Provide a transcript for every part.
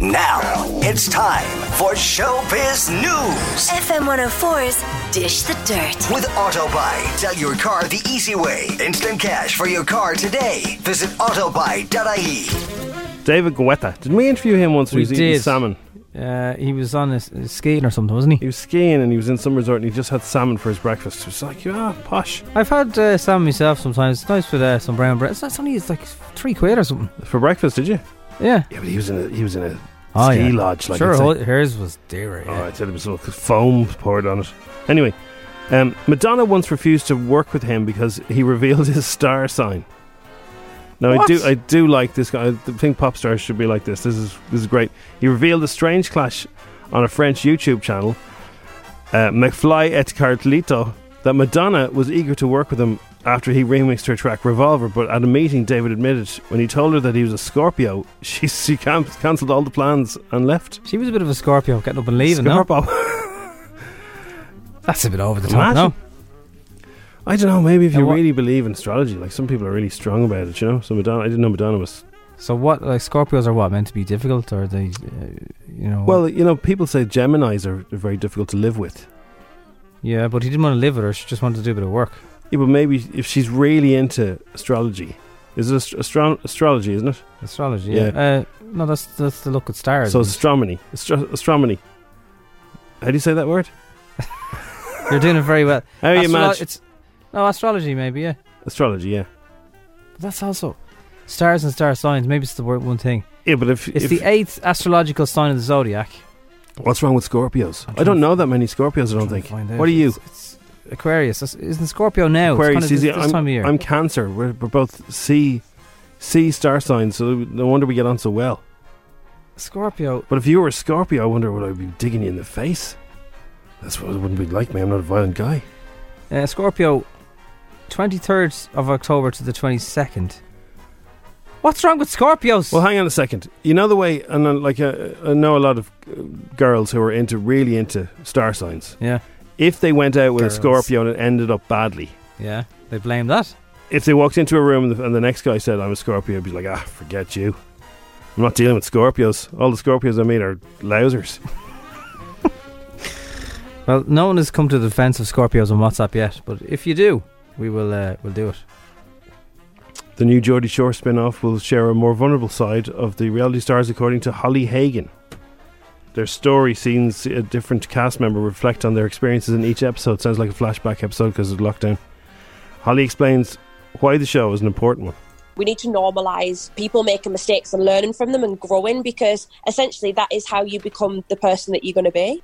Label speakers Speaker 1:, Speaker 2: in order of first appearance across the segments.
Speaker 1: Now it's time for Showbiz News
Speaker 2: FM 104's Dish the Dirt.
Speaker 1: with Autobuy. Sell your car the easy way. Instant cash for your car today. Visit autobuy.ie.
Speaker 3: David Guetta. Didn't we interview him once? when
Speaker 4: We
Speaker 3: he was eating
Speaker 4: did.
Speaker 3: salmon.
Speaker 4: Uh, he was on a, s- a skating or something, wasn't
Speaker 3: He
Speaker 4: he?
Speaker 3: was skiing and he was in some resort and he just had salmon for his breakfast. It was like, ah, posh.
Speaker 4: I've had uh, salmon myself sometimes. It's nice with uh, some brown bread. It's, not- it's only it's like three quid or something.
Speaker 3: For breakfast, did you?
Speaker 4: Yeah.
Speaker 3: Yeah, but he was in a he was in a
Speaker 4: Oh,
Speaker 3: ski
Speaker 4: yeah.
Speaker 3: lodge. Like
Speaker 4: sure,
Speaker 3: it's like-
Speaker 4: hol- hers was dearer.
Speaker 3: Oh, I
Speaker 4: Yeah.
Speaker 3: said there was some foam poured on it. Anyway, um, Madonna once refused to work with him because he revealed his star sign. Now I
Speaker 4: What?
Speaker 3: do, I do like this guy. I think pop stars should be like this. This is this is great. He revealed a strange clash on a French YouTube channel, uh, McFly et Carlito, that Madonna was eager to work with him after he remixed her track Revolver. But at a meeting, David admitted when he told her that he was a Scorpio, she she can- cancelled all the plans and left.
Speaker 4: She was a bit of a Scorpio, getting up and leaving. No?
Speaker 3: Scorpio.
Speaker 4: That's a bit over the top.
Speaker 3: Imagine.
Speaker 4: No,
Speaker 3: I don't know. Maybe if
Speaker 4: And
Speaker 3: you
Speaker 4: what-
Speaker 3: really believe in astrology, like some people are really strong about it, you know. So Madonna, I didn't know Madonna was.
Speaker 4: so what? Like Scorpios are what meant to be difficult, or they, uh, you know?
Speaker 3: Well, you know, people say Gemini's are, are very difficult to live with.
Speaker 4: yeah, but he didn't want to live with her. She just wanted to do a bit of work.
Speaker 3: Yeah, but maybe if she's really into astrology, is it ast- astro- astrology, isn't it?
Speaker 4: Astrology. Yeah. Uh, no, that's that's the look at stars.
Speaker 3: so it's astronomy, astro- astronomy. How do you say that word?
Speaker 4: You're doing it very well.
Speaker 3: How do you
Speaker 4: Astrolo-
Speaker 3: manage
Speaker 4: it's no astrology, maybe. Yeah,
Speaker 3: astrology? Yeah,
Speaker 4: but that's also stars and star signs. Maybe it's the wor- one thing.
Speaker 3: yeah. But if,
Speaker 4: It's
Speaker 3: if
Speaker 4: the eighth astrological sign of the zodiac.
Speaker 3: what's wrong with Scorpios?
Speaker 4: I'm
Speaker 3: I don't
Speaker 4: trying-
Speaker 3: know that many Scorpios. I
Speaker 4: I'm trying
Speaker 3: don't
Speaker 4: to
Speaker 3: think.
Speaker 4: find out.
Speaker 3: What are you?
Speaker 4: It's, it's Aquarius. That's- Isn't Scorpio now? It's kinda
Speaker 3: Aquarius, is
Speaker 4: this,
Speaker 3: it-
Speaker 4: this
Speaker 3: I'm,
Speaker 4: time of year.
Speaker 3: I'm Cancer. We're, we're both sea, sea star signs, so no wonder we get on so well.
Speaker 4: Scorpio.
Speaker 3: But if you were a Scorpio, I wonder would I be digging you in the face? That's what it wouldn't be like me. I'm not a violent guy.
Speaker 4: Uh, Scorpio. Twenty third of October to the twenty second. What's wrong with Scorpios?
Speaker 3: Well, hang on a second. You know the way, and uh, like uh, I know a lot of uh, girls who are into really into star signs.
Speaker 4: yeah,
Speaker 3: If they went out with
Speaker 4: Girls.
Speaker 3: a Scorpio and it ended up badly,
Speaker 4: yeah. They blame that.
Speaker 3: if they walked into a room and the, and the next guy said I'm a Scorpio, I'd be like, ah, forget you. I'm not dealing with Scorpios. All the Scorpios I meet are lousers.
Speaker 4: Well, no one has come to the defense of Scorpios on WhatsApp yet, but if you do, we will uh, we'll do it.
Speaker 3: The new Geordie Shore spin off will share a more vulnerable side of the reality stars, according to Holly Hagen. Their story scenes a different cast member reflect on their experiences in each episode. Sounds like a flashback episode because of lockdown. Holly explains why the show is an important one.
Speaker 5: we need to normalize people making mistakes and learning from them and growing because essentially that is how you become the person that you're going to be.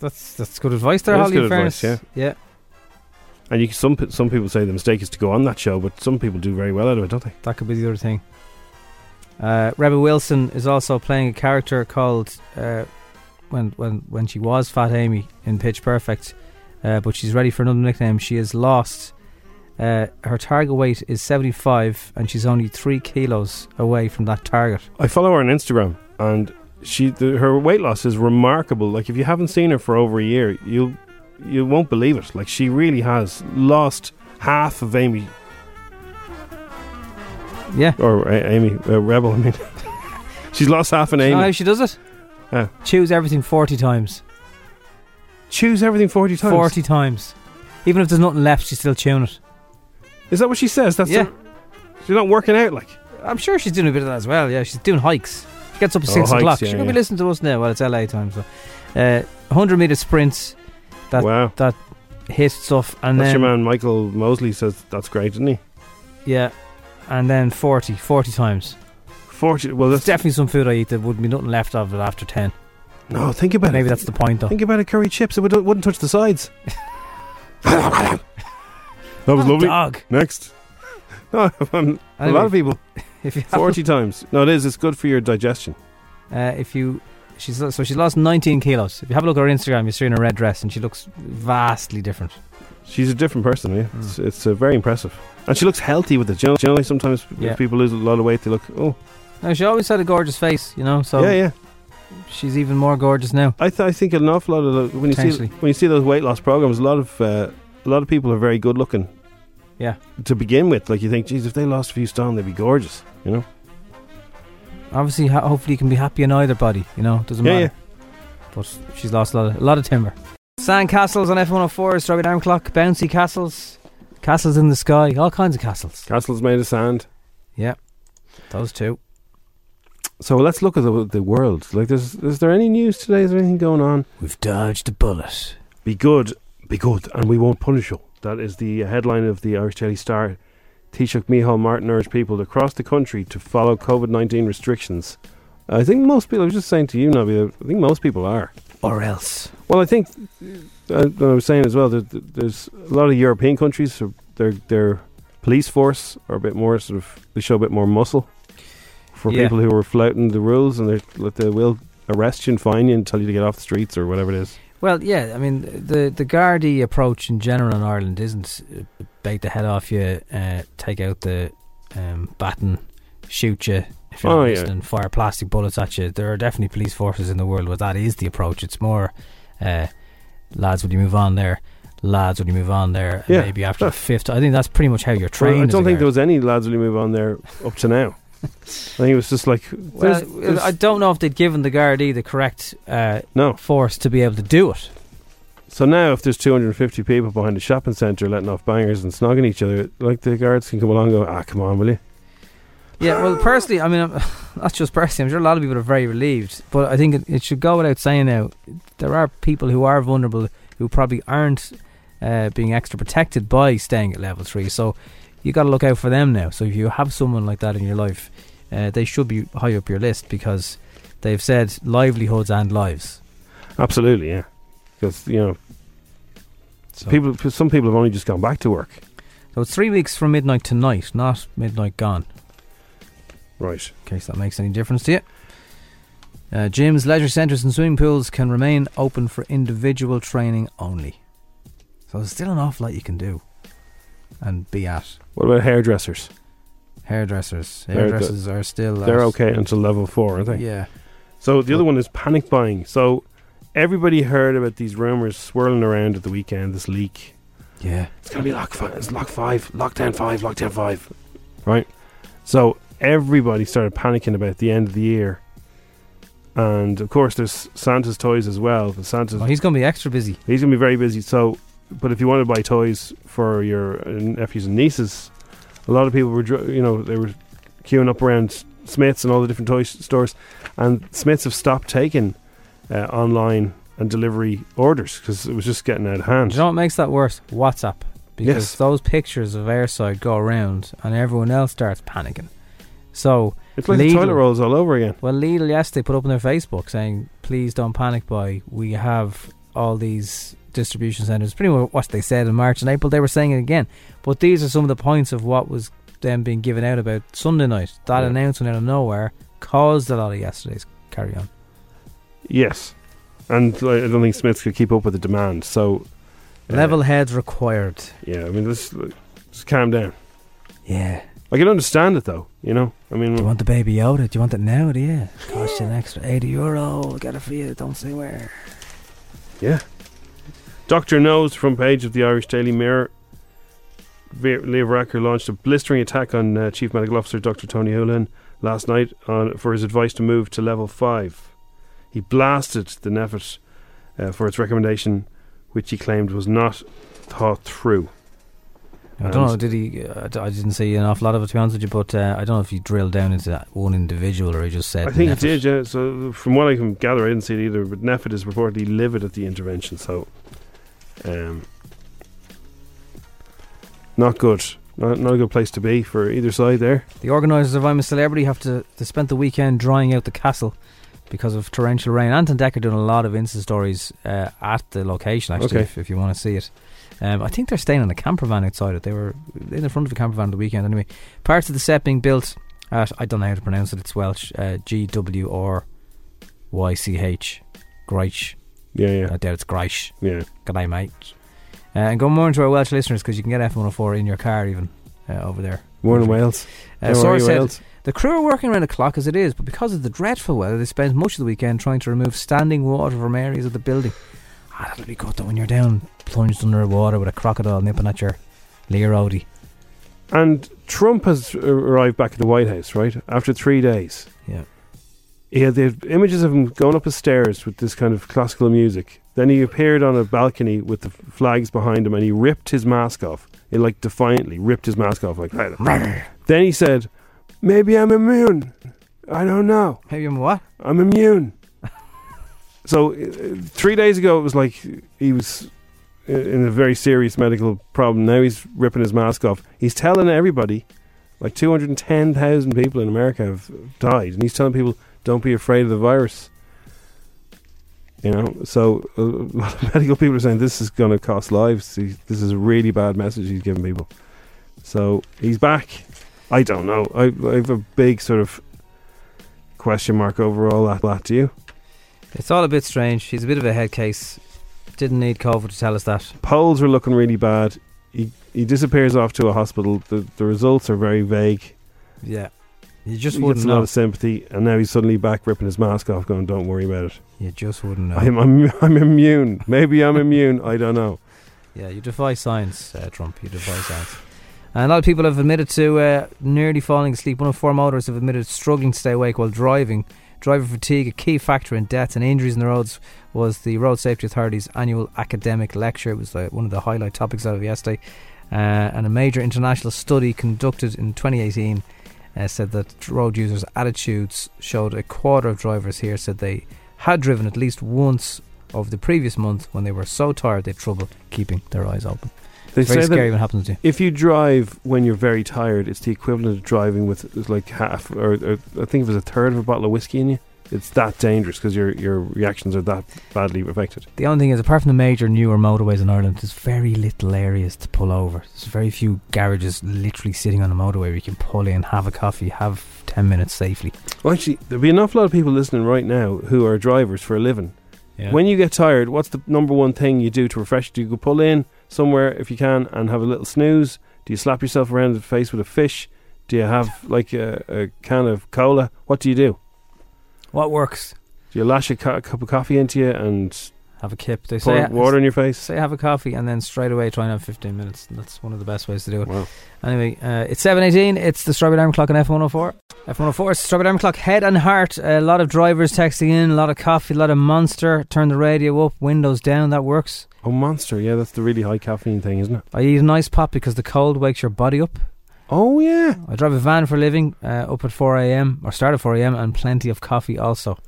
Speaker 4: That's that's good advice there,
Speaker 3: It is
Speaker 4: Holly.
Speaker 3: good
Speaker 4: in fairness.
Speaker 3: advice,
Speaker 4: yeah.
Speaker 3: And you, some pe- some people say the mistake is to go on that show, but some people do very well out of it, don't they?
Speaker 4: That could be the other thing. Uh, Rebel Wilson is also playing a character called uh, when when when she was Fat Amy in Pitch Perfect, uh, but she's ready for another nickname. She is lost. Uh, her target weight is seventy five, and she's only three kilos away from that target.
Speaker 3: I follow her on Instagram, and she the, her weight loss is remarkable. Like if you haven't seen her for over a year, you you won't believe it. Like she really has lost half of Amy
Speaker 4: Yeah.
Speaker 3: or uh, Amy uh, Rebel. I mean, she's lost half an
Speaker 4: Do you know how
Speaker 3: Amy. Uh,
Speaker 4: she does it?
Speaker 3: How?
Speaker 4: Choose everything forty times.
Speaker 3: Choose everything forty times.
Speaker 4: Forty times. Even if there's nothing left, she's still chewing it.
Speaker 3: Is that what she says? That's
Speaker 4: yeah.
Speaker 3: the- She's not working out like.
Speaker 4: I'm sure she's doing a bit of that as well. Yeah, she's doing hikes. She gets up at
Speaker 3: Oh,
Speaker 4: six
Speaker 3: hikes,
Speaker 4: o'clock.
Speaker 3: yeah,
Speaker 4: she could be
Speaker 3: yeah.
Speaker 4: listening to us now. Well, it's LA time, so uh, hundred meter sprints, That-
Speaker 3: wow.
Speaker 4: hit stuff, and
Speaker 3: That's
Speaker 4: then
Speaker 3: your man, Michael Mosley, says that's great, isn't he?
Speaker 4: yeah, and then 40, 40 times.
Speaker 3: 40. Well,
Speaker 4: There's
Speaker 3: that's.
Speaker 4: definitely some food I eat that would be nothing left of it after ten.
Speaker 3: no, think about
Speaker 4: Maybe
Speaker 3: it.
Speaker 4: that's the point though.
Speaker 3: Think about it, curry chips. It would, wouldn't touch the sides. that was
Speaker 4: Oh,
Speaker 3: lovely.
Speaker 4: Dog.
Speaker 3: Next. No, um, a
Speaker 4: Anyway,
Speaker 3: lot of people.
Speaker 4: if you have-
Speaker 3: 40 times. No, it is. It's good for your digestion.
Speaker 4: Uh, if you, she's lo- so she lost 19 kilos. If you have a look at her Instagram, you see her in a red dress, and she looks vastly different.
Speaker 3: She's a different person, yeah.
Speaker 4: Hmm.
Speaker 3: It's, it's uh, very impressive. And she looks healthy with it. Do you know, do you know sometimes if
Speaker 4: Yeah.
Speaker 3: people lose a lot of weight, they look, oh,
Speaker 4: Now she always had a gorgeous face, you know. So
Speaker 3: yeah, yeah.
Speaker 4: she's even more gorgeous now.
Speaker 3: I, th- I think an awful lot of the, when you see
Speaker 4: Potentially.
Speaker 3: when you see those weight loss programs, a lot of uh, a lot of people are very good looking.
Speaker 4: Yeah.
Speaker 3: To begin with, like you think, geez, if they lost a few stone, they'd be gorgeous. You know.
Speaker 4: Obviously, ho- hopefully, you can be happy in either body. You know, doesn't
Speaker 3: Yeah,
Speaker 4: matter. But she's lost a lot, of, a lot of timber. Sand castles on F one hundred four, strawberry alarm clock, bouncy castles, castles in the sky, all kinds of castles.
Speaker 3: Castles made of sand.
Speaker 4: Those two.
Speaker 3: So let's look at the, the world. Like, there's is there any news today? Is there anything going on?
Speaker 4: We've dodged a bullet.
Speaker 3: Be good, be good, and we won't punish you. That is the headline of the Irish Daily Star. Taoiseach Micheál Martin urged people across the country to follow COVID nineteen restrictions. I think most people. I was just saying to you, Nabi. I think most people are.
Speaker 4: Or else.
Speaker 3: Well, I think uh, what I was saying as well. That that there's a lot of European countries. So their their police force are a bit more sort of they show a bit more muscle for
Speaker 4: Yeah.
Speaker 3: people who are flouting the rules, and they like, they will arrest you and fine you and tell you to get off the streets or whatever it is.
Speaker 4: Well, yeah, I mean the the Gardaí approach in general in Ireland isn't uh, bite the head off you, uh, take out the um, baton, shoot you if you're
Speaker 3: Oh,
Speaker 4: not
Speaker 3: yeah.
Speaker 4: listening, fire plastic bullets at you. There are definitely police forces in the world where that is the approach. It's more, uh, lads, would you move on there? Lads, would you move on there? And
Speaker 3: Yeah,
Speaker 4: maybe after
Speaker 3: yeah.
Speaker 4: the fifth. I think that's pretty much how you're
Speaker 3: Well,
Speaker 4: trained.
Speaker 3: I
Speaker 4: as
Speaker 3: don't
Speaker 4: a
Speaker 3: think there
Speaker 4: guard.
Speaker 3: was any lads really move on there up to now. I think it was just like
Speaker 4: Well,
Speaker 3: there's- there's-
Speaker 4: I don't know if they'd given the Gardaí the correct uh,
Speaker 3: no.
Speaker 4: force to be able to do it.
Speaker 3: So now, if there's 250 people behind a shopping centre letting off bangers and snogging each other, like the guards can come along and go, ah, come on, will you?
Speaker 4: Yeah, well, personally, I mean, I'm, not just personally, I'm sure a lot of people are very relieved, but I think it, it should go without saying now there are people who are vulnerable who probably aren't uh, being extra protected by staying at level three. So you got to look out for them now. So if you have someone like that in your life, uh, they should be high up your list because they've said livelihoods and lives.
Speaker 3: Absolutely, yeah. Because you know,
Speaker 4: So,
Speaker 3: people. Some people have only just gone back to work.
Speaker 4: so it's three weeks from midnight tonight, not midnight gone.
Speaker 3: Right.
Speaker 4: in case that makes any difference to you. Uh, gyms, leisure centres, and swimming pools can remain open for individual training only. So there's still an awful lot you can do and be at.
Speaker 3: What about hairdressers?
Speaker 4: Hairdressers,
Speaker 3: They're the-
Speaker 4: hairdressers are still.
Speaker 3: They're
Speaker 4: at-
Speaker 3: okay until level four, aren't they?
Speaker 4: Yeah,
Speaker 3: So the other one is panic buying. So everybody heard about these rumors swirling around at the weekend. This leak.
Speaker 4: yeah.
Speaker 3: It's gonna be lock five. It's lock five. Lockdown five. Lockdown five. Right. So everybody started panicking about the end of the year. And of course, there's Santa's toys as well. The Santa's
Speaker 4: Oh, he's going to be extra busy.
Speaker 3: He's going to be very busy. So, but if you want to buy toys for your uh, nephews and nieces, a lot of people were, dr- you know, they were queuing up around Smiths and all the different toy s- stores, and Smiths have stopped taking uh, online and delivery orders because it was just getting out of hand.
Speaker 4: Do you know what makes that worse? WhatsApp. Because
Speaker 3: Yes.
Speaker 4: those pictures of airside go around and everyone else starts panicking. So,
Speaker 3: it's like
Speaker 4: Lidl.
Speaker 3: the toilet rolls all over again.
Speaker 4: Well, Lidl yesterday put up on their Facebook saying, "Please don't panic, boy. We have all these distribution centers." Pretty much what they said in March and April. They were saying it again, but these are some of the points of what was then being given out about Sunday night. That
Speaker 3: Yeah.
Speaker 4: announcement out of nowhere caused a lot of yesterday's carry on.
Speaker 3: Yes, and like, I don't think Smiths could keep up with the demand. So, uh,
Speaker 4: Level heads required.
Speaker 3: Yeah, I mean, let's, let's calm down.
Speaker 4: Yeah.
Speaker 3: I can understand it though. You know, I mean,
Speaker 4: Do you want the baby Yoda? Do you want it now? Do you? Cost you an extra eighty euro. Get it for you. Don't say where.
Speaker 3: Yeah. Doctor Knows, front page of the Irish Daily Mirror. Ve- Leo Racker launched a blistering attack on uh, Chief Medical Officer Dr. Tony Hoolan last night on, for his advice to move to level 5. He blasted the NEFIT uh, for its recommendation, which he claimed was not thought through.
Speaker 4: I don't know.
Speaker 3: And-
Speaker 4: Did he? Uh, I didn't see an awful lot of it to be honest with you, but uh, I don't know if he drilled down into that one individual or he just said.
Speaker 3: I think
Speaker 4: "Neff
Speaker 3: he did, yeah. So from what I can gather, I didn't see it either. But Neffet is reportedly livid at the intervention, so um, not good. Not, not a good place to be for either side there.
Speaker 4: The organisers of I'm a Celebrity have to they spent the weekend drying out the castle because of torrential rain. Anton Decker doing a lot of Insta stories uh, at the location, actually,
Speaker 3: Okay.
Speaker 4: if, if you want to see it. Um, I think they're staying in a camper van outside it. They were in the front of a camper van the weekend anyway. Parts of the set being built at, I don't know how to pronounce it, it's Welsh, uh, G-W-R-Y-C-H, Greich.
Speaker 3: Yeah, yeah,
Speaker 4: I doubt it's Greich.
Speaker 3: yeah.
Speaker 4: Good day, mate. Uh, and go more into our Welsh listeners because you can get F104 in your car even uh, over there.
Speaker 3: Warren and Wales.
Speaker 4: Uh,
Speaker 3: How are
Speaker 4: source
Speaker 3: you,
Speaker 4: said,
Speaker 3: Wales?
Speaker 4: the crew are working around the clock as it is, but because of the dreadful weather, they spent much of the weekend trying to remove standing water from areas of the building. Ah, that'll be good though when you're down plunged under water with a crocodile nipping at your leer roadie.
Speaker 3: And Trump has arrived back at the White House, right? After three days.
Speaker 4: Yeah.
Speaker 3: He had the images of him going up the stairs with this kind of classical music. Then he appeared on a balcony with the flags behind him and he ripped his mask off. He like defiantly ripped his mask off like Then he said, Maybe I'm immune. I don't know.
Speaker 4: Maybe I'm what?
Speaker 3: I'm immune. so uh, three days ago, it was like he was i- in a very serious medical problem. Now he's ripping his mask off. He's telling everybody, like 210,000 people in America have died, and he's telling people, don't be afraid of the virus. You know, so uh, a lot of medical people are saying this is going to cost lives. He- This is a really bad message he's giving people. So he's back. I don't know. I, I have a big sort of question mark over all that. That do you?
Speaker 4: It's all a bit strange. He's a bit of a head case. Didn't need COVID to tell us that.
Speaker 3: Polls are looking really bad. He he disappears off to a hospital. The the results are very vague.
Speaker 4: Yeah. You just
Speaker 3: he
Speaker 4: wouldn't
Speaker 3: gets a lot
Speaker 4: know.
Speaker 3: of sympathy, and now he's suddenly back ripping his mask off, going, "Don't worry about it.
Speaker 4: You just wouldn't know.
Speaker 3: I'm, I'm I'm immune. Maybe I'm immune. I don't know."
Speaker 4: Yeah, you defy science, uh, Trump. You defy science. And a lot of people have admitted to uh, nearly falling asleep. One of four motorists have admitted to struggling to stay awake while driving. Driver fatigue, a key factor in deaths and injuries in the roads, was the Road Safety Authority's annual academic lecture. It was uh, one of the highlight topics out of yesterday. Uh, and a major international study conducted in 2018 uh, said that road users' attitudes showed a quarter of drivers here said they had driven at least once over the previous month when they were so tired they had trouble keeping their eyes open.
Speaker 3: They
Speaker 4: It's very
Speaker 3: say that
Speaker 4: scary when it happens to you.
Speaker 3: if you drive when you're very tired, it's the equivalent of driving with it's like half or, or I think it was a third of a bottle of whiskey in you. It's that dangerous because your your reactions are that badly affected.
Speaker 4: The only thing is, apart from the major newer motorways in Ireland, there's very little areas to pull over. There's very few garages literally sitting on a motorway where you can pull in, have a coffee, have 10 minutes safely.
Speaker 3: Well, actually, there'll be an awful lot of people listening right now who are drivers for a living. When you get tired, what's the number one thing you do to refresh? Do you go pull in somewhere if you can and have a little snooze? Do you slap yourself around the face with a fish? Do you have like a, a can of cola? What do you do?
Speaker 4: What works?
Speaker 3: Do you lash a, cu- a cup of coffee into you and
Speaker 4: Have a kip. They
Speaker 3: pour
Speaker 4: say
Speaker 3: water in your face?
Speaker 4: Say have a coffee and then straight away try and have 15 minutes. That's one of the best ways to do it.
Speaker 3: Wow.
Speaker 4: Anyway, uh, it's 7.18. It's the Strawberry Alarm Clock on F104. F104 is the Strawberry Alarm Clock. Head and heart. A lot of drivers texting in. A lot of coffee. A lot of Monster. Turn the radio up. Windows down. That works.
Speaker 3: Oh, monster! Yeah, that's the really high caffeine thing, isn't it?
Speaker 4: I eat an ice pop because the cold wakes your body up.
Speaker 3: Oh yeah.
Speaker 4: I drive a van for a living. Uh, up at 4am or start at 4am and plenty of coffee also.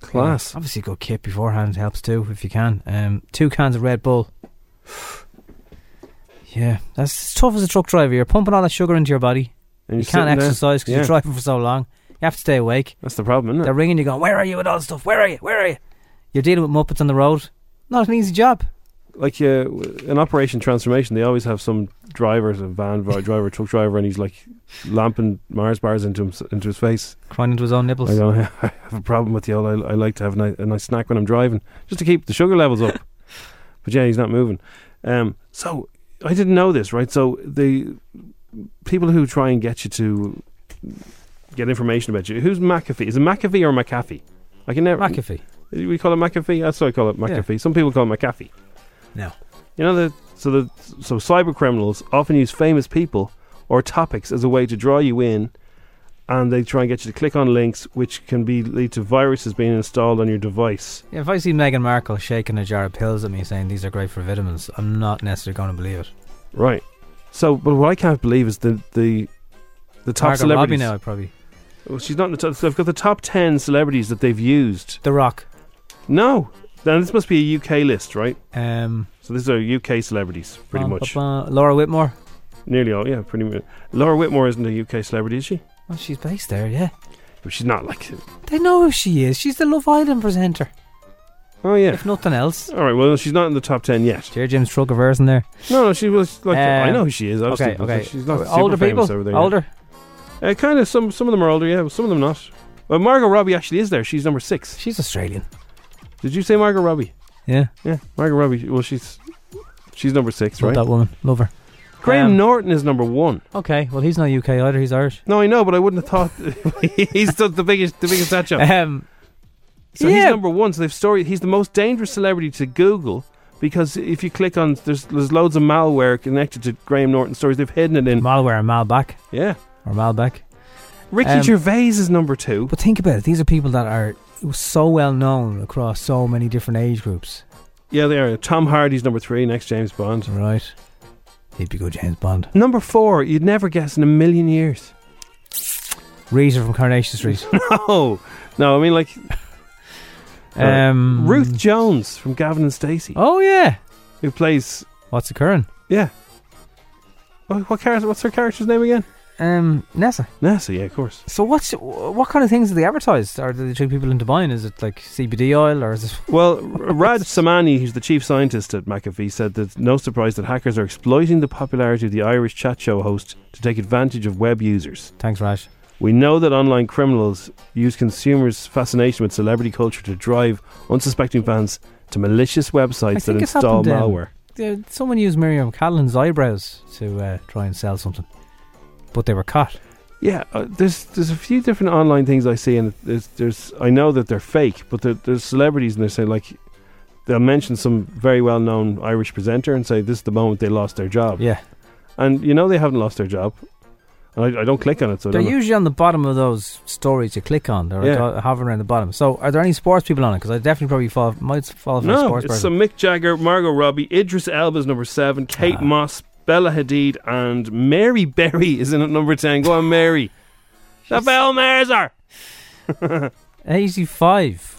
Speaker 3: Class.
Speaker 4: Yeah, obviously, a good kit beforehand helps too if you can. Um, two cans of Red Bull. Yeah, that's it's tough as a truck driver. You're pumping all that sugar into your body. you
Speaker 3: And you're
Speaker 4: can't
Speaker 3: sitting there.
Speaker 4: exercise because
Speaker 3: Yeah.
Speaker 4: you're driving for so long. You have to stay awake.
Speaker 3: That's the problem, isn't it?
Speaker 4: They're ringing you, going, "Where are you with all this stuff? Where are you? Where are you?" You're dealing with muppets on the road. Not an easy job.
Speaker 3: like uh, w- in Operation Transformation, they always have some drivers, a van vi- driver, truck driver, and he's like lamping Mars bars into him, into his face.
Speaker 4: Crying into his own nipples.
Speaker 3: I don't I have a problem with the old. I, I like to have a, ni- a nice snack when I'm driving, just to keep the sugar levels up. but yeah, he's not moving. Um, so I didn't know this, right? So the people who try and get you to get information about you, who's McAfee? Is it McAfee or McAfee? I can never.
Speaker 4: McAfee.
Speaker 3: We call it McAfee. That's what I call it,
Speaker 4: Yeah.
Speaker 3: McAfee. Some people call it McAfee.
Speaker 4: No.
Speaker 3: You know the so the so cyber criminals often use famous people or topics as a way to draw you in, and they try and get you to click on links, which can be lead to viruses being installed on your device.
Speaker 4: Yeah, if I see Meghan Markle shaking a jar of pills at me, saying these are great for vitamins, I'm not necessarily going to believe it.
Speaker 3: Right. So, but what I can't believe is the the the top
Speaker 4: Margot Robbie
Speaker 3: celebrities.
Speaker 4: now, probably.
Speaker 3: Well, she's not in the top. So I've got the top ten celebrities that they've used.
Speaker 4: The Rock.
Speaker 3: No, now this must be a UK list, right?
Speaker 4: Um,
Speaker 3: So these are UK celebrities, pretty
Speaker 4: bum,
Speaker 3: much.
Speaker 4: bum, bum. Laura Whitmore.
Speaker 3: Nearly all, yeah, pretty much. Laura Whitmore isn't a UK celebrity, is she?
Speaker 4: Oh, she's based there, yeah.
Speaker 3: But she's not like.
Speaker 4: They know who she is. She's the Love Island presenter.
Speaker 3: Oh yeah.
Speaker 4: If nothing else.
Speaker 3: All right. Well, she's not in the top ten yet.
Speaker 4: Dear Jim's truck of hers in there.
Speaker 3: No, no, she was like. I
Speaker 4: Um,
Speaker 3: know who she is. Obviously,
Speaker 4: okay,
Speaker 3: but
Speaker 4: okay.
Speaker 3: She's not
Speaker 4: older
Speaker 3: super
Speaker 4: people.
Speaker 3: famous over there.
Speaker 4: older.
Speaker 3: Uh, kind of. Some some of them are older. Yeah, some of them not. Well, Margot Robbie actually is there. She's number six.
Speaker 4: She's Australian.
Speaker 3: Did you say Margot Robbie?
Speaker 4: Yeah.
Speaker 3: Yeah, Margot Robbie. Well, she's she's number six,
Speaker 4: Love
Speaker 3: right?
Speaker 4: that woman. Love her.
Speaker 3: Graham
Speaker 4: Um,
Speaker 3: Norton is number one.
Speaker 4: Okay. Well, he's not UK either. He's Irish.
Speaker 3: No, I know, but I wouldn't have thought he's the, the biggest the biggest that job.
Speaker 4: Um,
Speaker 3: So he's
Speaker 4: yeah.
Speaker 3: number one. So they've story. He's the most dangerous celebrity to Google because if you click on there's there's loads of malware connected to Graham Norton stories. They've hidden it in.
Speaker 4: Malware and Malbec.
Speaker 3: Yeah,
Speaker 4: Or Malbec.
Speaker 3: Ricky
Speaker 4: Um,
Speaker 3: Gervais is number two.
Speaker 4: But think about it. These are people that are so well known across so many different age groups.
Speaker 3: Yeah, they are. Tom Hardy's number three. Next James Bond.
Speaker 4: Right. He'd be good James Bond.
Speaker 3: Number four, you'd never guess in a million years.
Speaker 4: Reeser from Carnation Street.
Speaker 3: No, no, I mean like
Speaker 4: um,
Speaker 3: Ruth Jones from Gavin and Stacey,
Speaker 4: Oh, yeah.
Speaker 3: who plays
Speaker 4: What's occurring?
Speaker 3: yeah. What, what character? What's her character's name again?
Speaker 4: Um, Nessa.
Speaker 3: Nessa, yeah, of course.
Speaker 4: So what's what kind of things do they advertise? Are they trick people into buying? Is it like CBD oil or is it?
Speaker 3: Well, R- Raj Samani, who's the chief scientist at McAfee, said that it's no surprise that hackers are exploiting the popularity of the Irish chat show host to take advantage of web users.
Speaker 4: Thanks, Raj.
Speaker 3: We know that online criminals use consumers' fascination with celebrity culture to drive unsuspecting fans to malicious websites that
Speaker 4: think it's
Speaker 3: install
Speaker 4: happened, um,
Speaker 3: malware.
Speaker 4: Yeah, someone used Miriam Callan's eyebrows to uh, try and sell something, but they were caught.
Speaker 3: Yeah, uh, there's there's a few different online things I see, and there's there's I know that they're fake, but there, there's celebrities, and they say like they'll mention some very well known Irish presenter and say this is the moment they lost their job,
Speaker 4: Yeah,
Speaker 3: and you know they haven't lost their job, and I, I don't click on it, so I
Speaker 4: they're
Speaker 3: don't know.
Speaker 4: usually on the bottom of those stories you click on. They're
Speaker 3: Yeah.
Speaker 4: like, uh, hovering around the bottom. So, are there any sports people on it? Because I definitely probably fall might fall for a
Speaker 3: no,
Speaker 4: sports
Speaker 3: it's
Speaker 4: person.
Speaker 3: some Mick Jagger, Margot Robbie, Idris Elba's number seven, Kate
Speaker 4: Ah.
Speaker 3: Moss, Bella Hadid, and Mary Berry is in at number ten. Go on, Mary. the Bell Merzer.
Speaker 4: Eighty-five.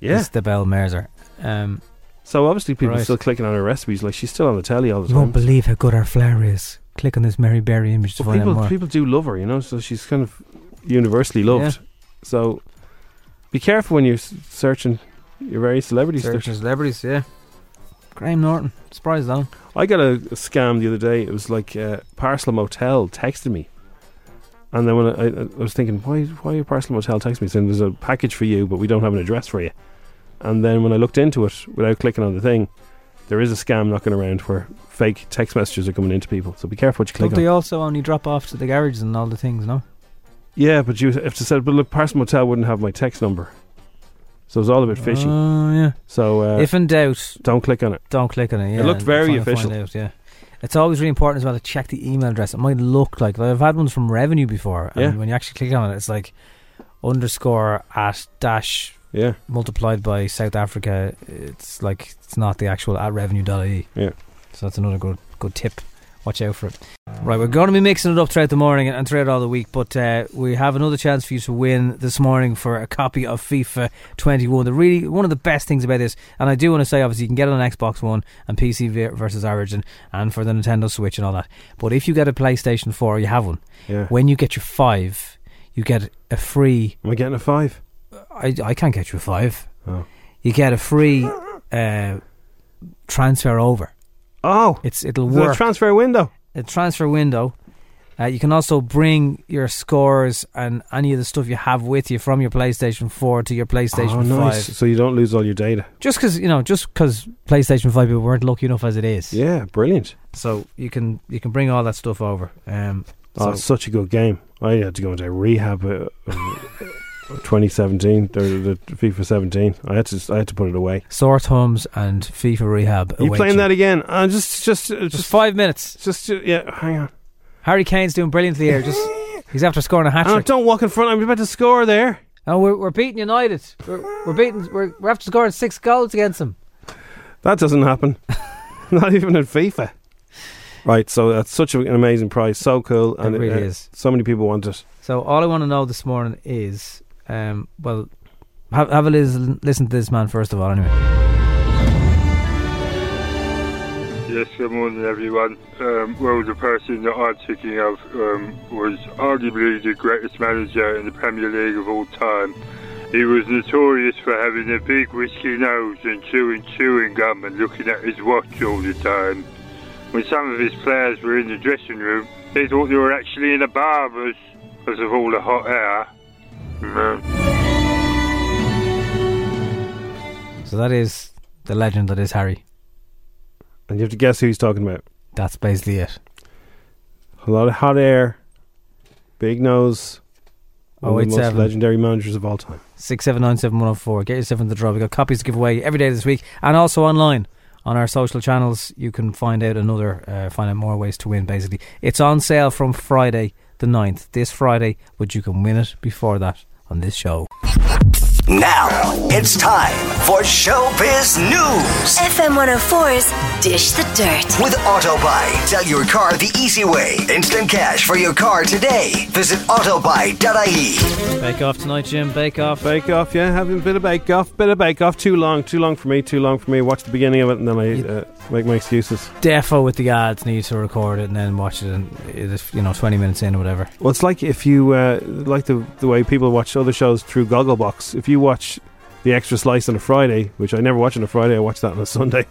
Speaker 3: Yeah.
Speaker 4: is the Bell Merzer. Um,
Speaker 3: So obviously people are
Speaker 4: Right.
Speaker 3: still clicking on her recipes, like she's still on the telly all the
Speaker 4: you
Speaker 3: time.
Speaker 4: won't believe how good our flair is. Click on this Mary Berry image to
Speaker 3: Well,
Speaker 4: find out
Speaker 3: people
Speaker 4: more.
Speaker 3: people do love her, you know. So she's kind of universally loved. So be careful when you're s- searching your various celebrities.
Speaker 4: Searching celebrities, yeah. Graham Norton, surprised though.
Speaker 3: I got a, a scam the other day. It was like uh, Parcel Motel texted me, and then when I, I, I was thinking, why why are Parcel Motel texting me saying there's a package for you, but we don't have an address for you? And then when I looked into it without clicking on the thing, there is a scam knocking around where fake text messages are coming into people. So be careful what you click
Speaker 4: Don't
Speaker 3: on.
Speaker 4: they also only drop off to the garages and all the things, no?
Speaker 3: Yeah, but you have to say, but look, Parcel Motel wouldn't have my text number. So it's all a bit fishy.
Speaker 4: Oh, yeah.
Speaker 3: so uh,
Speaker 4: if in doubt,
Speaker 3: don't click on it.
Speaker 4: don't click on it. Yeah,
Speaker 3: looked
Speaker 4: and
Speaker 3: very
Speaker 4: find- find
Speaker 3: official.
Speaker 4: out, yeah. It's always really important as well to check the email address. It might look like I've had ones from revenue before, and
Speaker 3: Yeah.
Speaker 4: when you actually click on it, it's like underscore at dash
Speaker 3: Yeah,
Speaker 4: multiplied by South Africa. It's like it's not the actual at revenue.ie.
Speaker 3: Yeah.
Speaker 4: E. So that's another good good tip. Watch out for it. Right, we're going to be mixing it up throughout the morning and throughout all the week, but uh, we have another chance for you to win this morning for a copy of FIFA 21. The really one of the best things about this, and I do want to say, obviously, you can get it on Xbox One and PC ver- versus Origin, and for the Nintendo Switch and all that. But if you get a PlayStation 4, you have one.
Speaker 3: yeah.
Speaker 4: When you get your five, you get a free.
Speaker 3: Am I getting a five?
Speaker 4: I I can't get you a five
Speaker 3: Oh,
Speaker 4: you get a free uh, transfer over.
Speaker 3: oh,
Speaker 4: It's it'll
Speaker 3: the
Speaker 4: work
Speaker 3: transfer window.
Speaker 4: a transfer window. Uh, you can also bring your scores and any of the stuff you have with you from your PlayStation 4 to your PlayStation
Speaker 3: oh, nice.
Speaker 4: 5.
Speaker 3: So you don't lose all your data.
Speaker 4: Just because you know, just because PlayStation 5 people weren't lucky enough as it is,
Speaker 3: Yeah, brilliant.
Speaker 4: so you can you can bring all that stuff over. Um,
Speaker 3: Oh,
Speaker 4: so-
Speaker 3: it's such a good game. I had to go into rehab. Uh, uh, 2017, the, the FIFA 17. I had to, I had to put it away.
Speaker 4: sore thumbs and FIFA rehab.
Speaker 3: you
Speaker 4: await
Speaker 3: playing that again? Uh, just, just, uh,
Speaker 4: Just
Speaker 3: just,
Speaker 4: five minutes.
Speaker 3: just, uh, yeah. Hang on.
Speaker 4: Harry Kane's doing brilliantly here. Just he's after scoring a hat
Speaker 3: Oh,
Speaker 4: trick.
Speaker 3: don't walk in front. I'm about to score there.
Speaker 4: Oh, we're, we're beating United. We're, we're beating. We're, we're after scoring six goals against them.
Speaker 3: That doesn't happen. Not even in FIFA. Right, so that's such an amazing prize. So cool. uh,
Speaker 4: It really is.
Speaker 3: So many people want it.
Speaker 4: So all I want to know this morning is, um, well, have have a listen, listen to this man first of all. Anyway,
Speaker 6: Yes, good morning, everyone. Um, well, the person that I'm thinking of um, was arguably the greatest manager in the Premier League of all time. He was notorious for having a big whiskey nose and chewing chewing gum and looking at his watch all the time. When some of his players were in the dressing room, they thought they were actually in a barber's because of all the hot air. Mm.
Speaker 4: so that is the legend that is Harry.
Speaker 3: And you have to guess who he's talking about.
Speaker 4: That's basically it.
Speaker 3: A lot of hot air, big nose, one of the most
Speaker 4: 087.
Speaker 3: legendary managers of all time.
Speaker 4: Six seven nine seven one zero four. Get yourself in the draw. We got copies to give away every day this week, and also online on our social channels. You can find out another, uh, find out more ways to win. Basically, it's on sale from Friday the 9th, this Friday, but you can win it before that on this show.
Speaker 1: Now it's time for Showbiz News
Speaker 2: FM 104's Dish the Dirt.
Speaker 1: with Autobuy. Sell your car the easy way. Instant cash for your car today. Visit autobuy.ie.
Speaker 4: Bake off tonight, Jim. Bake off.
Speaker 3: Bake Off, yeah, having a bit of Bake Off, bit of Bake Off. Too long, too long for me, too long for me. Watch the beginning of it and then I uh, make my excuses.
Speaker 4: Defo with the ads need to record it and then watch it, and it is, you know, twenty minutes in or whatever.
Speaker 3: Well, it's like if you uh, like the the way people watch other shows through Gogglebox. If you watch the extra slice on a Friday, which I never watch on a Friday, I watch that on a Sunday.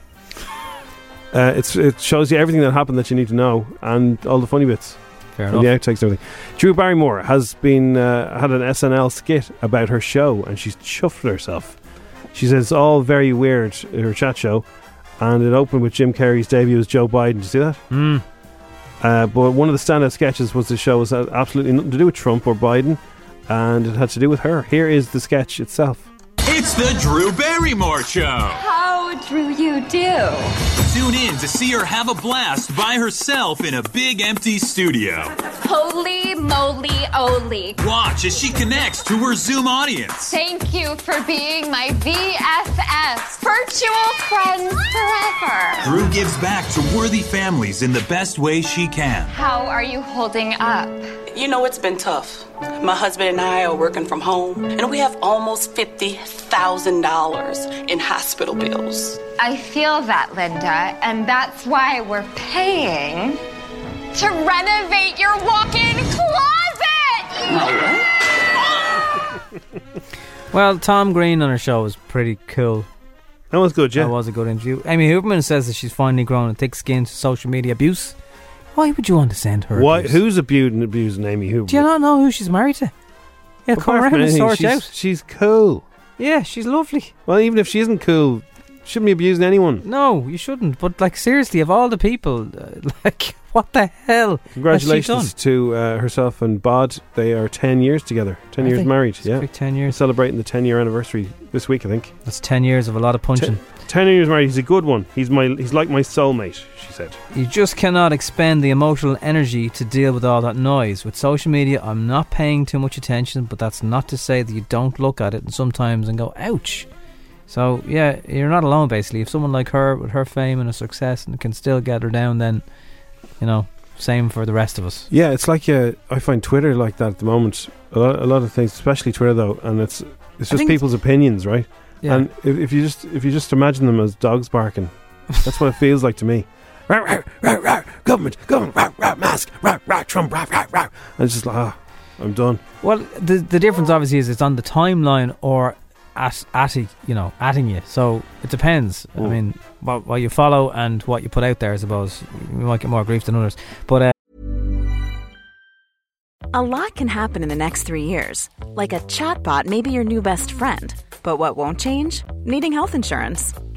Speaker 3: Uh, it's it shows you everything that happened that you need to know and all the funny bits
Speaker 4: Fair
Speaker 3: and
Speaker 4: enough.
Speaker 3: the outtakes and everything. Drew Barrymore has been uh, had an SNL skit about her show and she's chuffed herself. She says it's all very weird her chat show, and it opened with Jim Carrey's debut as Joe Biden. Did you see that?
Speaker 4: Mm.
Speaker 3: Uh, but one of the standout sketches was the show was uh, absolutely nothing to do with Trump or Biden, and it had to do with her. Here is the sketch itself.
Speaker 7: It's the Drew Barrymore Show.
Speaker 8: How do you do?
Speaker 7: Tune in to see her have a blast by herself in a big empty studio.
Speaker 8: Holy moly oly.
Speaker 7: Watch as she connects to her Zoom audience.
Speaker 8: Thank you for being my VFFs, virtual friends forever.
Speaker 7: Drew gives back to worthy families in the best way she can.
Speaker 8: How are you holding up?
Speaker 9: You know, it's been tough. My husband and I are working from home, and we have almost $50,000 in hospital bills.
Speaker 8: I feel that, Linda, and that's why we're paying to renovate your walk in closet!
Speaker 4: Well, Tom Green on her show was pretty cool.
Speaker 3: That was good, yeah.
Speaker 4: That was a good interview. Amy Huberman says that she's finally grown a thick skin to social media abuse. Why would you want to send her?
Speaker 3: Why,
Speaker 4: abuse?
Speaker 3: who's abusing abusing Amy Hoover?
Speaker 4: Do you not know who she's married to? Yeah, come around and sort it
Speaker 3: she's,
Speaker 4: out.
Speaker 3: she's cool.
Speaker 4: Yeah, she's lovely.
Speaker 3: Well, even if she isn't cool, shouldn't be abusing anyone.
Speaker 4: No, you shouldn't. But like, seriously, of all the people, uh, like, what the hell? has
Speaker 3: Congratulations
Speaker 4: she
Speaker 3: to uh, herself and Bod. They are ten years together. Ten
Speaker 4: done?
Speaker 3: years married.
Speaker 4: It's a
Speaker 3: Yeah,
Speaker 4: quick ten
Speaker 3: They're
Speaker 4: years.
Speaker 3: celebrating the ten year anniversary this week, I think.
Speaker 4: That's ten years of a lot of punching.
Speaker 3: Ten years married. He's a good one. He's my. He's like my soulmate. She said.
Speaker 4: You just cannot expend the emotional energy to deal with all that noise. With social media, I'm not paying too much attention, but that's not to say that you don't look at it and sometimes and go, ouch. So, yeah, you're not alone, basically. If someone like her, with her fame and her success, and can still get her down, then, you know, same for the rest of us.
Speaker 3: Yeah, it's like uh, I find Twitter like that at the moment. A lot, a lot of things, especially Twitter, though, and it's it's
Speaker 4: I
Speaker 3: just
Speaker 4: think-
Speaker 3: people's opinions, right?
Speaker 4: Yeah.
Speaker 3: And if, if you just if you just imagine them as dogs barking, that's what it feels like to me. Rah, rah, rah, rah, government, government, rah, rah, mask, rah, rah, Trump, rah, rah, rah. And it's just like, ah, I'm done.
Speaker 4: Well, the the difference obviously is it's on the timeline or at atting you know atting you. So it depends. I
Speaker 3: Mm.
Speaker 4: mean, what, what you follow and what you put out there, I suppose you might get more grief than others. But uh,
Speaker 10: A lot can happen in the next three years. Like a chatbot may be your new best friend. But what won't change? Needing health insurance.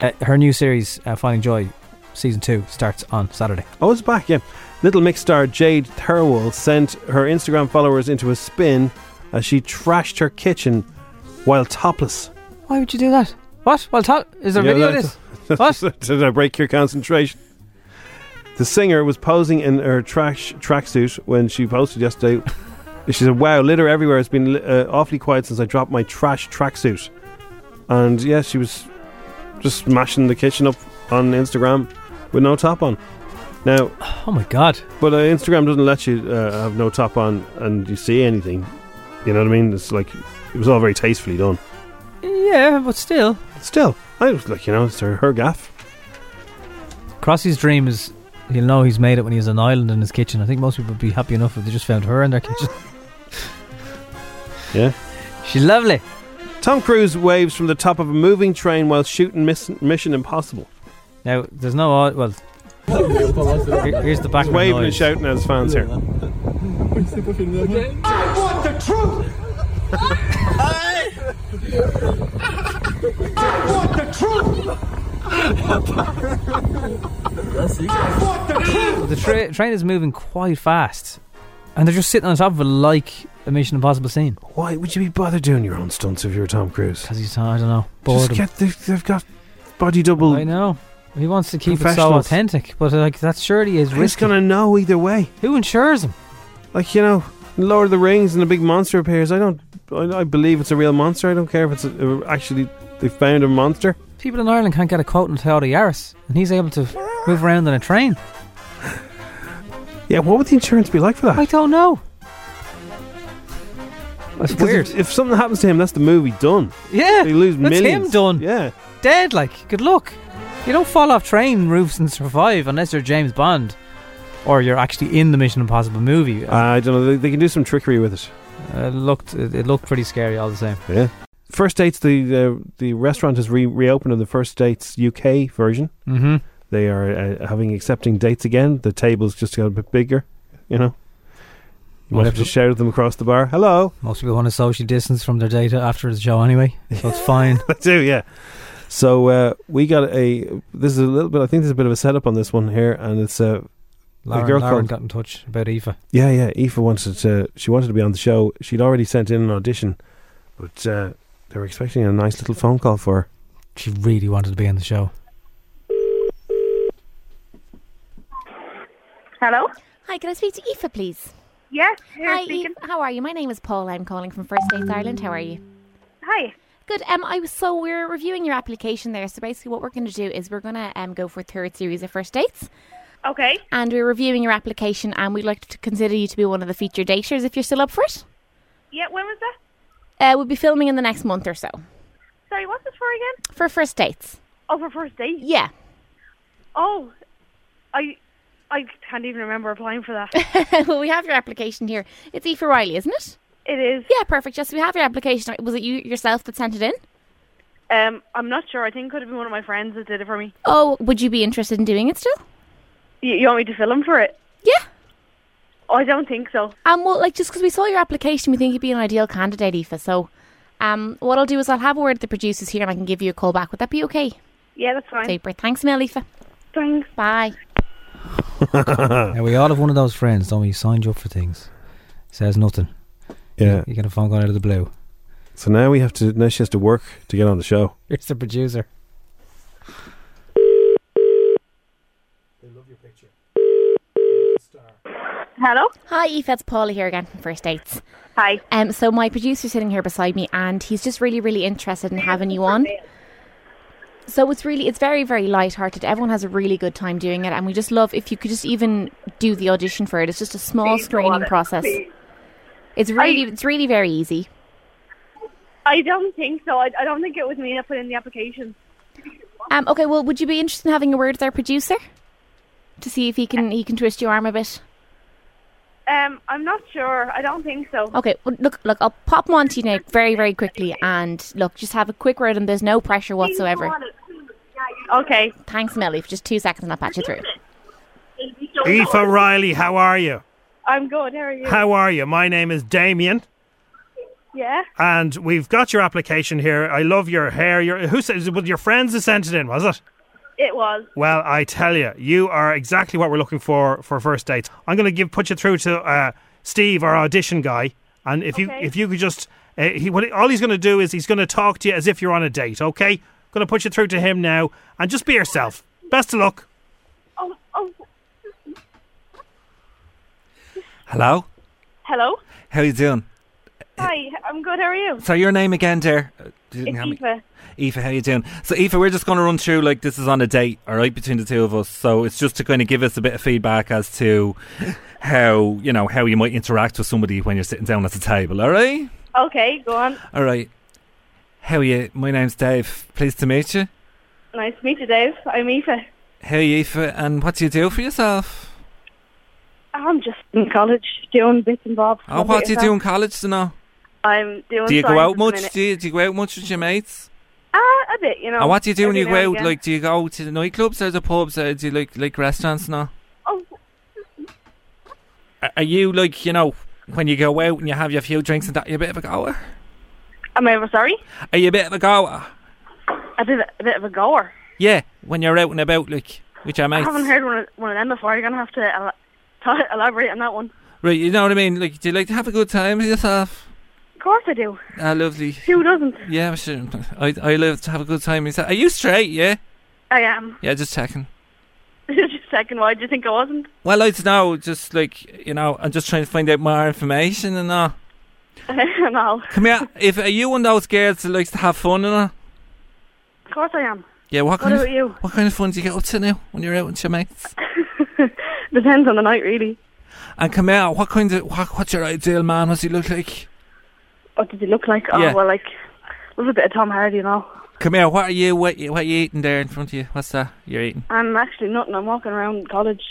Speaker 4: Uh, her new series, uh, Finding Joy, season two, starts on Saturday.
Speaker 3: Oh, it's back, yeah. Little Mix star Jade Thirlwall sent her Instagram followers into a spin as she trashed her kitchen while topless.
Speaker 4: Why would you do that? What? Well, top, is there a
Speaker 3: Yeah,
Speaker 4: video of
Speaker 3: that-
Speaker 4: this? What?
Speaker 3: Did I break your concentration? The singer was posing in her trash tracksuit when she posted yesterday. she said, "Wow, litter everywhere. It's been uh, awfully quiet since I dropped my trash tracksuit." And yeah, she was just smashing the kitchen up on Instagram with no top on. Now,
Speaker 4: oh my god!
Speaker 3: But uh, Instagram doesn't let you uh, have no top on and you see anything. You know what I mean? It's like it was all very tastefully done.
Speaker 4: Yeah, but still.
Speaker 3: Still, I was like, you know, it's her, her gaff.
Speaker 4: Crossy's dream is he'll know he's made it when he has an island in his kitchen. I think most people would be happy enough if they just found her in their kitchen.
Speaker 3: Yeah.
Speaker 4: She's lovely.
Speaker 3: Tom Cruise waves from the top of a moving train while shooting miss- Mission Impossible.
Speaker 4: Now, there's no. au- Well, here- here's the background.
Speaker 3: He's waving and
Speaker 4: noise.
Speaker 3: shouting at his fans here.
Speaker 11: I want the truth! I want the truth! I want the truth!
Speaker 4: But the tra- train is moving quite fast, and they're just sitting on top of it like a Mission Impossible scene.
Speaker 3: Why would you be bothered doing your own stunts if you're Tom Cruise? Because
Speaker 4: he's, I don't know,
Speaker 3: Just
Speaker 4: boredom.
Speaker 3: get, they've, they've got body double.
Speaker 4: I know. He wants to keep it so
Speaker 3: professionals.
Speaker 4: authentic, but uh, like that surely is
Speaker 3: He's
Speaker 4: risky.
Speaker 3: going to know either way.
Speaker 4: Who insures him?
Speaker 3: Like, you know, in Lord of the Rings and a big monster appears. I don't. I, I believe it's a real monster. I don't care if it's a, actually they found a monster.
Speaker 4: People in Ireland can't get a quote on Toyota Yaris, and he's able to move around on a train.
Speaker 3: Yeah, what would the insurance be like for that?
Speaker 4: I don't know. That's
Speaker 3: Because
Speaker 4: weird.
Speaker 3: If, if something happens to him, that's the movie done.
Speaker 4: Yeah,
Speaker 3: they lose
Speaker 4: that's
Speaker 3: millions.
Speaker 4: him done.
Speaker 3: Yeah,
Speaker 4: dead. Like, good luck. You don't fall off train roofs and survive unless you're James Bond, or you're actually in the Mission Impossible movie.
Speaker 3: I don't know. They, they can do some trickery with it.
Speaker 4: Uh, looked, it it looked pretty scary all the same.
Speaker 3: Yeah. First Dates, the uh, the restaurant has re- reopened on the First Dates UK version.
Speaker 4: Mhm.
Speaker 3: They are uh, having accepting dates again. The table's just got a bit bigger, you know. You
Speaker 4: Most
Speaker 3: might have to
Speaker 4: people-
Speaker 3: shout at them across the bar. Hello.
Speaker 4: Most people want to social distance from their data after the show anyway, so it's fine.
Speaker 3: I do, yeah. So uh, we got a. This is a little bit. I think there's a bit of a setup on this one here, and it's uh,
Speaker 4: Lauren,
Speaker 3: a girl
Speaker 4: Lauren
Speaker 3: called.
Speaker 4: got in touch about Eva.
Speaker 3: yeah, yeah. Aoife wanted to. She wanted to be on the show. She'd already sent in an audition, but uh, they were expecting a nice little phone call for her.
Speaker 4: She really wanted to be on the show.
Speaker 12: Hello?
Speaker 13: Hi, can I speak to Aoife, please?
Speaker 12: Yes, here
Speaker 13: Hi,
Speaker 12: speaking.
Speaker 13: Aoife. How are you? My name is Paul. I'm calling from First Dates Ireland. How are you?
Speaker 12: Hi.
Speaker 13: Good. Um, I was so we're reviewing your application there. So basically, what we're going to do is we're going to um go for third series of First Dates.
Speaker 12: Okay.
Speaker 13: And we're reviewing your application, and we'd like to consider you to be one of the featured daters if you're still up for it.
Speaker 12: Yeah, when was that?
Speaker 13: Uh, we'll be filming in the next month or so
Speaker 12: Sorry, what's this for again?
Speaker 13: for First Dates.
Speaker 12: Oh, for first date?
Speaker 13: Yeah.
Speaker 12: Oh, I I can't even remember applying for that.
Speaker 13: well, we have your application here. It's Aoife Riley, isn't it?
Speaker 12: It is.
Speaker 13: Yeah, perfect. Yes, we have your application. Was it you yourself that sent it in?
Speaker 12: um, I'm not sure. I think it could have been one of my friends that did it for me.
Speaker 13: Oh, would you be interested in doing it still?
Speaker 12: You, you want me to film for it? Oh,
Speaker 13: Yeah.
Speaker 12: I don't think so.
Speaker 13: Um, well, like just because we saw your application, we think you'd be an ideal candidate, Aoife. So, um, what I'll do is I'll have a word with the producers here, and I can give you a call back. Would that be okay?
Speaker 12: Yeah, that's fine.
Speaker 13: Super. Thanks, Mel, Aoife.
Speaker 12: Thanks.
Speaker 13: Bye.
Speaker 4: Now, we all have one of those friends, don't we? Signed you up for things, says nothing.
Speaker 3: Yeah.
Speaker 4: You, you get a phone call out of the blue.
Speaker 3: So now we have to. Now she has to work to get on the show.
Speaker 4: Here's the producer.
Speaker 13: Hello. Hi, Eve. It's Paula here again from First Dates. Hi. Um, so my producer's sitting here beside me, and he's just really, really interested in having you on. So it's really, it's very, very light-hearted. Everyone has a really good time doing it, and we just love if you could just even do the audition for it. It's just a small screening process. It's really, it's really very easy.
Speaker 12: I don't think so. I, I don't think it was me that put in the application.
Speaker 13: Um, okay, well, would you be interested in having a word with our producer to see if he can he can twist your arm a bit?
Speaker 12: Um, I'm not sure. I don't think so.
Speaker 13: Okay, well, look, look, I'll pop them on to you now very, very quickly, and look, just have a quick word, and there's no pressure whatsoever.
Speaker 12: Okay.
Speaker 13: Thanks, Millie, for just two seconds, and I'll patch you through.
Speaker 14: Eve O'Reilly, how are you?
Speaker 12: I'm good. How are you?
Speaker 14: How are you? My name is Damien,
Speaker 12: Yeah.
Speaker 14: and we've got your application here. I love your hair. Your who says was your friends that sent it in, was it?
Speaker 12: It was.
Speaker 14: Well, I tell you, you are exactly what we're looking for for first dates. I'm going to give put you through to uh, Steve, our audition guy, and if you
Speaker 12: Okay.
Speaker 14: if you could just uh, he what all he's going to do is he's going to talk to you as if you're on a date. Okay, going to put you through to him now, and just be yourself. Best of luck.
Speaker 12: Oh, oh.
Speaker 15: Hello?
Speaker 12: Hello.
Speaker 15: How you doing?
Speaker 12: Hi. I'm good. How are you?
Speaker 15: So your name again, dear? Uh, you didn't
Speaker 12: It's
Speaker 15: have me.
Speaker 12: Eva.
Speaker 15: Aoife, how you doing? So Aoife, we're just going to run through like this is on a date, all right, between the two of us. So it's just to kind of give us a bit of feedback as to how you know how you might interact with somebody when you're sitting down at the table, all right?
Speaker 12: Okay, go on.
Speaker 15: All right. How are you? My name's Dave. Pleased to meet you.
Speaker 12: Nice to meet you, Dave. I'm Eva.
Speaker 15: How are you, Aoife? And what do you do for yourself?
Speaker 12: I'm just in college doing bits and bobs.
Speaker 15: Oh, what do you do in college to know?
Speaker 12: I'm doing.
Speaker 15: Do you go
Speaker 12: science at
Speaker 15: out
Speaker 12: the
Speaker 15: much?
Speaker 12: minute.
Speaker 15: Do you, do you go out much with your mates?
Speaker 12: Ah, a bit, you know.
Speaker 15: and what do you do when
Speaker 12: every
Speaker 15: you
Speaker 12: now and
Speaker 15: go out?
Speaker 12: again.
Speaker 15: Like, do you go to the nightclubs or the pubs or do you like like restaurants now?
Speaker 12: Oh,
Speaker 15: Are- Are you like you know when you go out and you have your few drinks and that? You're a bit of a goer.
Speaker 12: am I ever sorry?
Speaker 15: Are you a bit of a goer?
Speaker 12: A bit, of, a bit of a goer.
Speaker 15: Yeah, when you're out and about, like with your
Speaker 12: I
Speaker 15: mates.
Speaker 12: haven't heard one of, one of them before. You're gonna have to el- t- elaborate on that one.
Speaker 15: Right, you know what I mean. Like, do you like to have a good time with yourself?
Speaker 12: Of course I do.
Speaker 15: Ah, lovely.
Speaker 12: Who doesn't?
Speaker 15: Yeah, I'm sure. I I love to have a good time. with yourself. Are you straight? Yeah.
Speaker 12: I am.
Speaker 15: Yeah, just checking.
Speaker 12: Just a second. Why do you think I wasn't?
Speaker 15: Well, I don't know. Just like you know, I'm just trying to find out more information and all.
Speaker 12: no.
Speaker 15: Come here. If are you one of those girls that likes to have fun and all?
Speaker 12: Of course I am.
Speaker 15: Yeah. What
Speaker 12: What
Speaker 15: kind of
Speaker 12: about you?
Speaker 15: what kind of fun do you get up to now when you're out with your mates?
Speaker 12: Depends on the night, really.
Speaker 15: And come here. What kind of what, what's your ideal man? What's he look like?
Speaker 12: What did he look like? Oh,
Speaker 15: Yeah.
Speaker 12: well, like love a bit of Tom Hardy and all.
Speaker 15: Come here. What are you what, you- what are you eating there in front of you? What's that you're eating?
Speaker 12: I'm actually nothing. I'm walking around college.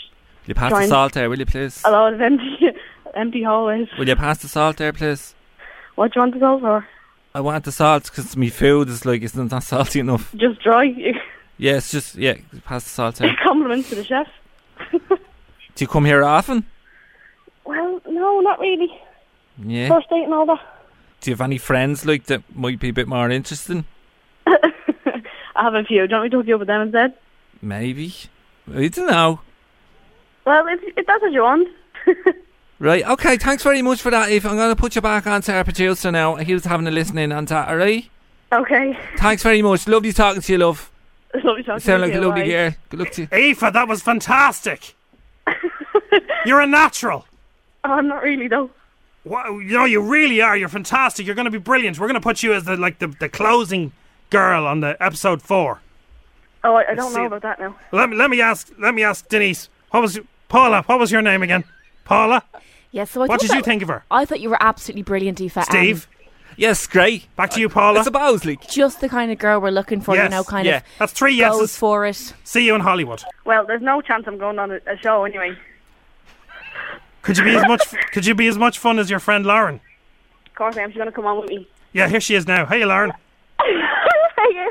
Speaker 15: Will you pass the
Speaker 12: Trying-
Speaker 15: salt there, eh, will you please?
Speaker 12: A lot of empty, empty hallways.
Speaker 15: Will you pass the salt there, please?
Speaker 12: What do you want to go for?
Speaker 15: I want the salt because my food is like it's not salty enough.
Speaker 12: Just dry.
Speaker 15: Yeah, it's just yeah. Pass the salt there.
Speaker 12: Compliments to the chef.
Speaker 15: Do you come here often?
Speaker 12: Well, no, not really.
Speaker 15: Yeah.
Speaker 12: First date and all that.
Speaker 15: Do you have any friends like that might be a bit more interesting?
Speaker 12: I have a few. Don't we talk you up with them instead?
Speaker 15: Maybe. I don't know.
Speaker 12: Well, if, if that's what you want.
Speaker 15: Right, okay, thanks very much for that, Eve. I'm going to put you back on to our producer now. He was having a listen in on that, alright?
Speaker 12: Okay.
Speaker 15: Thanks very much. Lovely talking to you, love.
Speaker 12: Lovely talking
Speaker 15: You sound
Speaker 12: to
Speaker 15: like
Speaker 12: you.
Speaker 15: a lovely
Speaker 12: bye.
Speaker 15: girl. Good luck to you.
Speaker 14: Aoife, that was fantastic. You're a natural.
Speaker 12: Oh, not really though.
Speaker 14: Wow, you know you really are. You're fantastic. You're going to be brilliant. We're going to put you as the like the, the closing girl on the episode four.
Speaker 12: Oh, I, I
Speaker 14: Let's
Speaker 12: don't
Speaker 14: see.
Speaker 12: know about that now.
Speaker 14: Let me let me ask let me ask Denise. What was Paula? What was your name again? Paula.
Speaker 13: Yeah, so I
Speaker 14: What
Speaker 13: thought
Speaker 14: did you
Speaker 13: that-
Speaker 14: think of her?
Speaker 13: I thought you were absolutely brilliant, Aoife. and
Speaker 14: Steve.
Speaker 15: Yes, great.
Speaker 14: Back to you, Paula. It's
Speaker 15: about like
Speaker 13: just the kind of girl we're looking for, you know, kind
Speaker 14: yeah.
Speaker 13: of.
Speaker 14: That's three yeses. Goes
Speaker 13: for it.
Speaker 14: See you in Hollywood.
Speaker 12: Well, there's no chance I'm going on a, a show anyway.
Speaker 14: Could you be as much? could you be as much fun as your friend Lauren?
Speaker 12: Of course I am. She's gonna come on with me.
Speaker 14: Yeah, here she is now. Hey, Lauren.
Speaker 12: Hiya.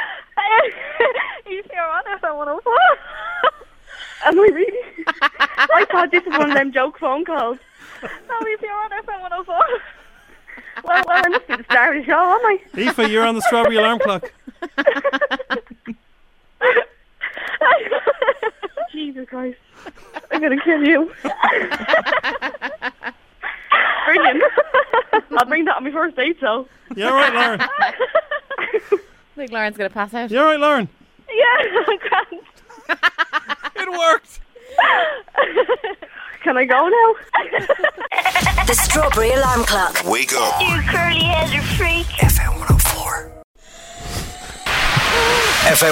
Speaker 11: you see, I'm on if I want to.
Speaker 12: Am I really? I thought this was one of them joke phone calls.
Speaker 11: No, you see, I'm on if I want to.
Speaker 12: Well, well, I must be the star of the show, am I?
Speaker 14: Aoife, you're on the strawberry alarm clock.
Speaker 12: Jesus Christ. I'm going to kill you. Brilliant. I'll bring the say so.
Speaker 14: You all right, Lauren?
Speaker 13: I think Lauren's going to pass out.
Speaker 14: You all right, Lauren?
Speaker 12: Yeah,
Speaker 14: it worked.
Speaker 12: Can I go now?
Speaker 2: The Strawberry Alarm Clock.
Speaker 1: Wake up.
Speaker 2: You curly headed freak.
Speaker 1: FM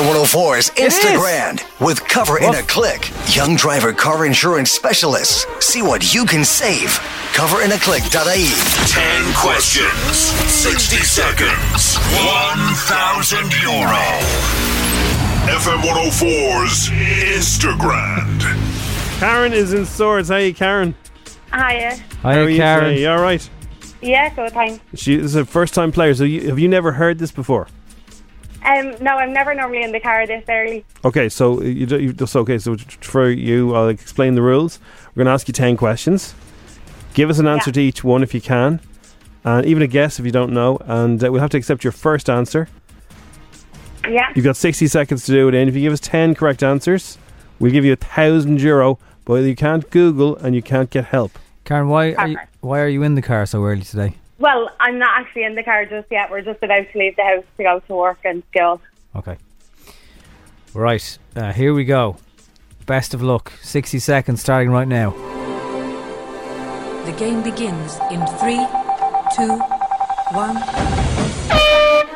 Speaker 1: 104's
Speaker 2: It is.
Speaker 1: Instagram with Cover in a Click. Young driver car insurance specialists. See what you can save. Coverinaclick.ie.
Speaker 16: 10 questions, 60 seconds, 1,000 euro. FM 104's Instagram.
Speaker 3: Karen is in swords. How are you, Karen?
Speaker 17: Hiya.
Speaker 3: How are you
Speaker 17: Karen.
Speaker 3: today? You all right?
Speaker 17: uh, Yeah, good time.
Speaker 3: She this is a first time player, so you, have you never heard this before?
Speaker 17: Um, no, I'm never normally in the car this early.
Speaker 3: Okay, so uh, you, do- you just okay. So t- t- for you, I'll explain the rules. We're going to ask you ten questions. Give us an answer to each one if you can, and even a guess if you don't know. And uh, we'll have to accept your first answer.
Speaker 17: Yeah.
Speaker 3: You've got sixty seconds to do it. And if you give us ten correct answers, we'll give you a thousand euro. But you can't Google and you can't get help.
Speaker 4: Karen, why are you, why are you in the car so early today?
Speaker 17: Well, I'm not actually in the car just yet. We're just about to leave the house to go to work and school.
Speaker 4: Okay. Right, uh, here we go. Best of luck. 60 seconds starting right now.
Speaker 18: The game begins in three, two, one.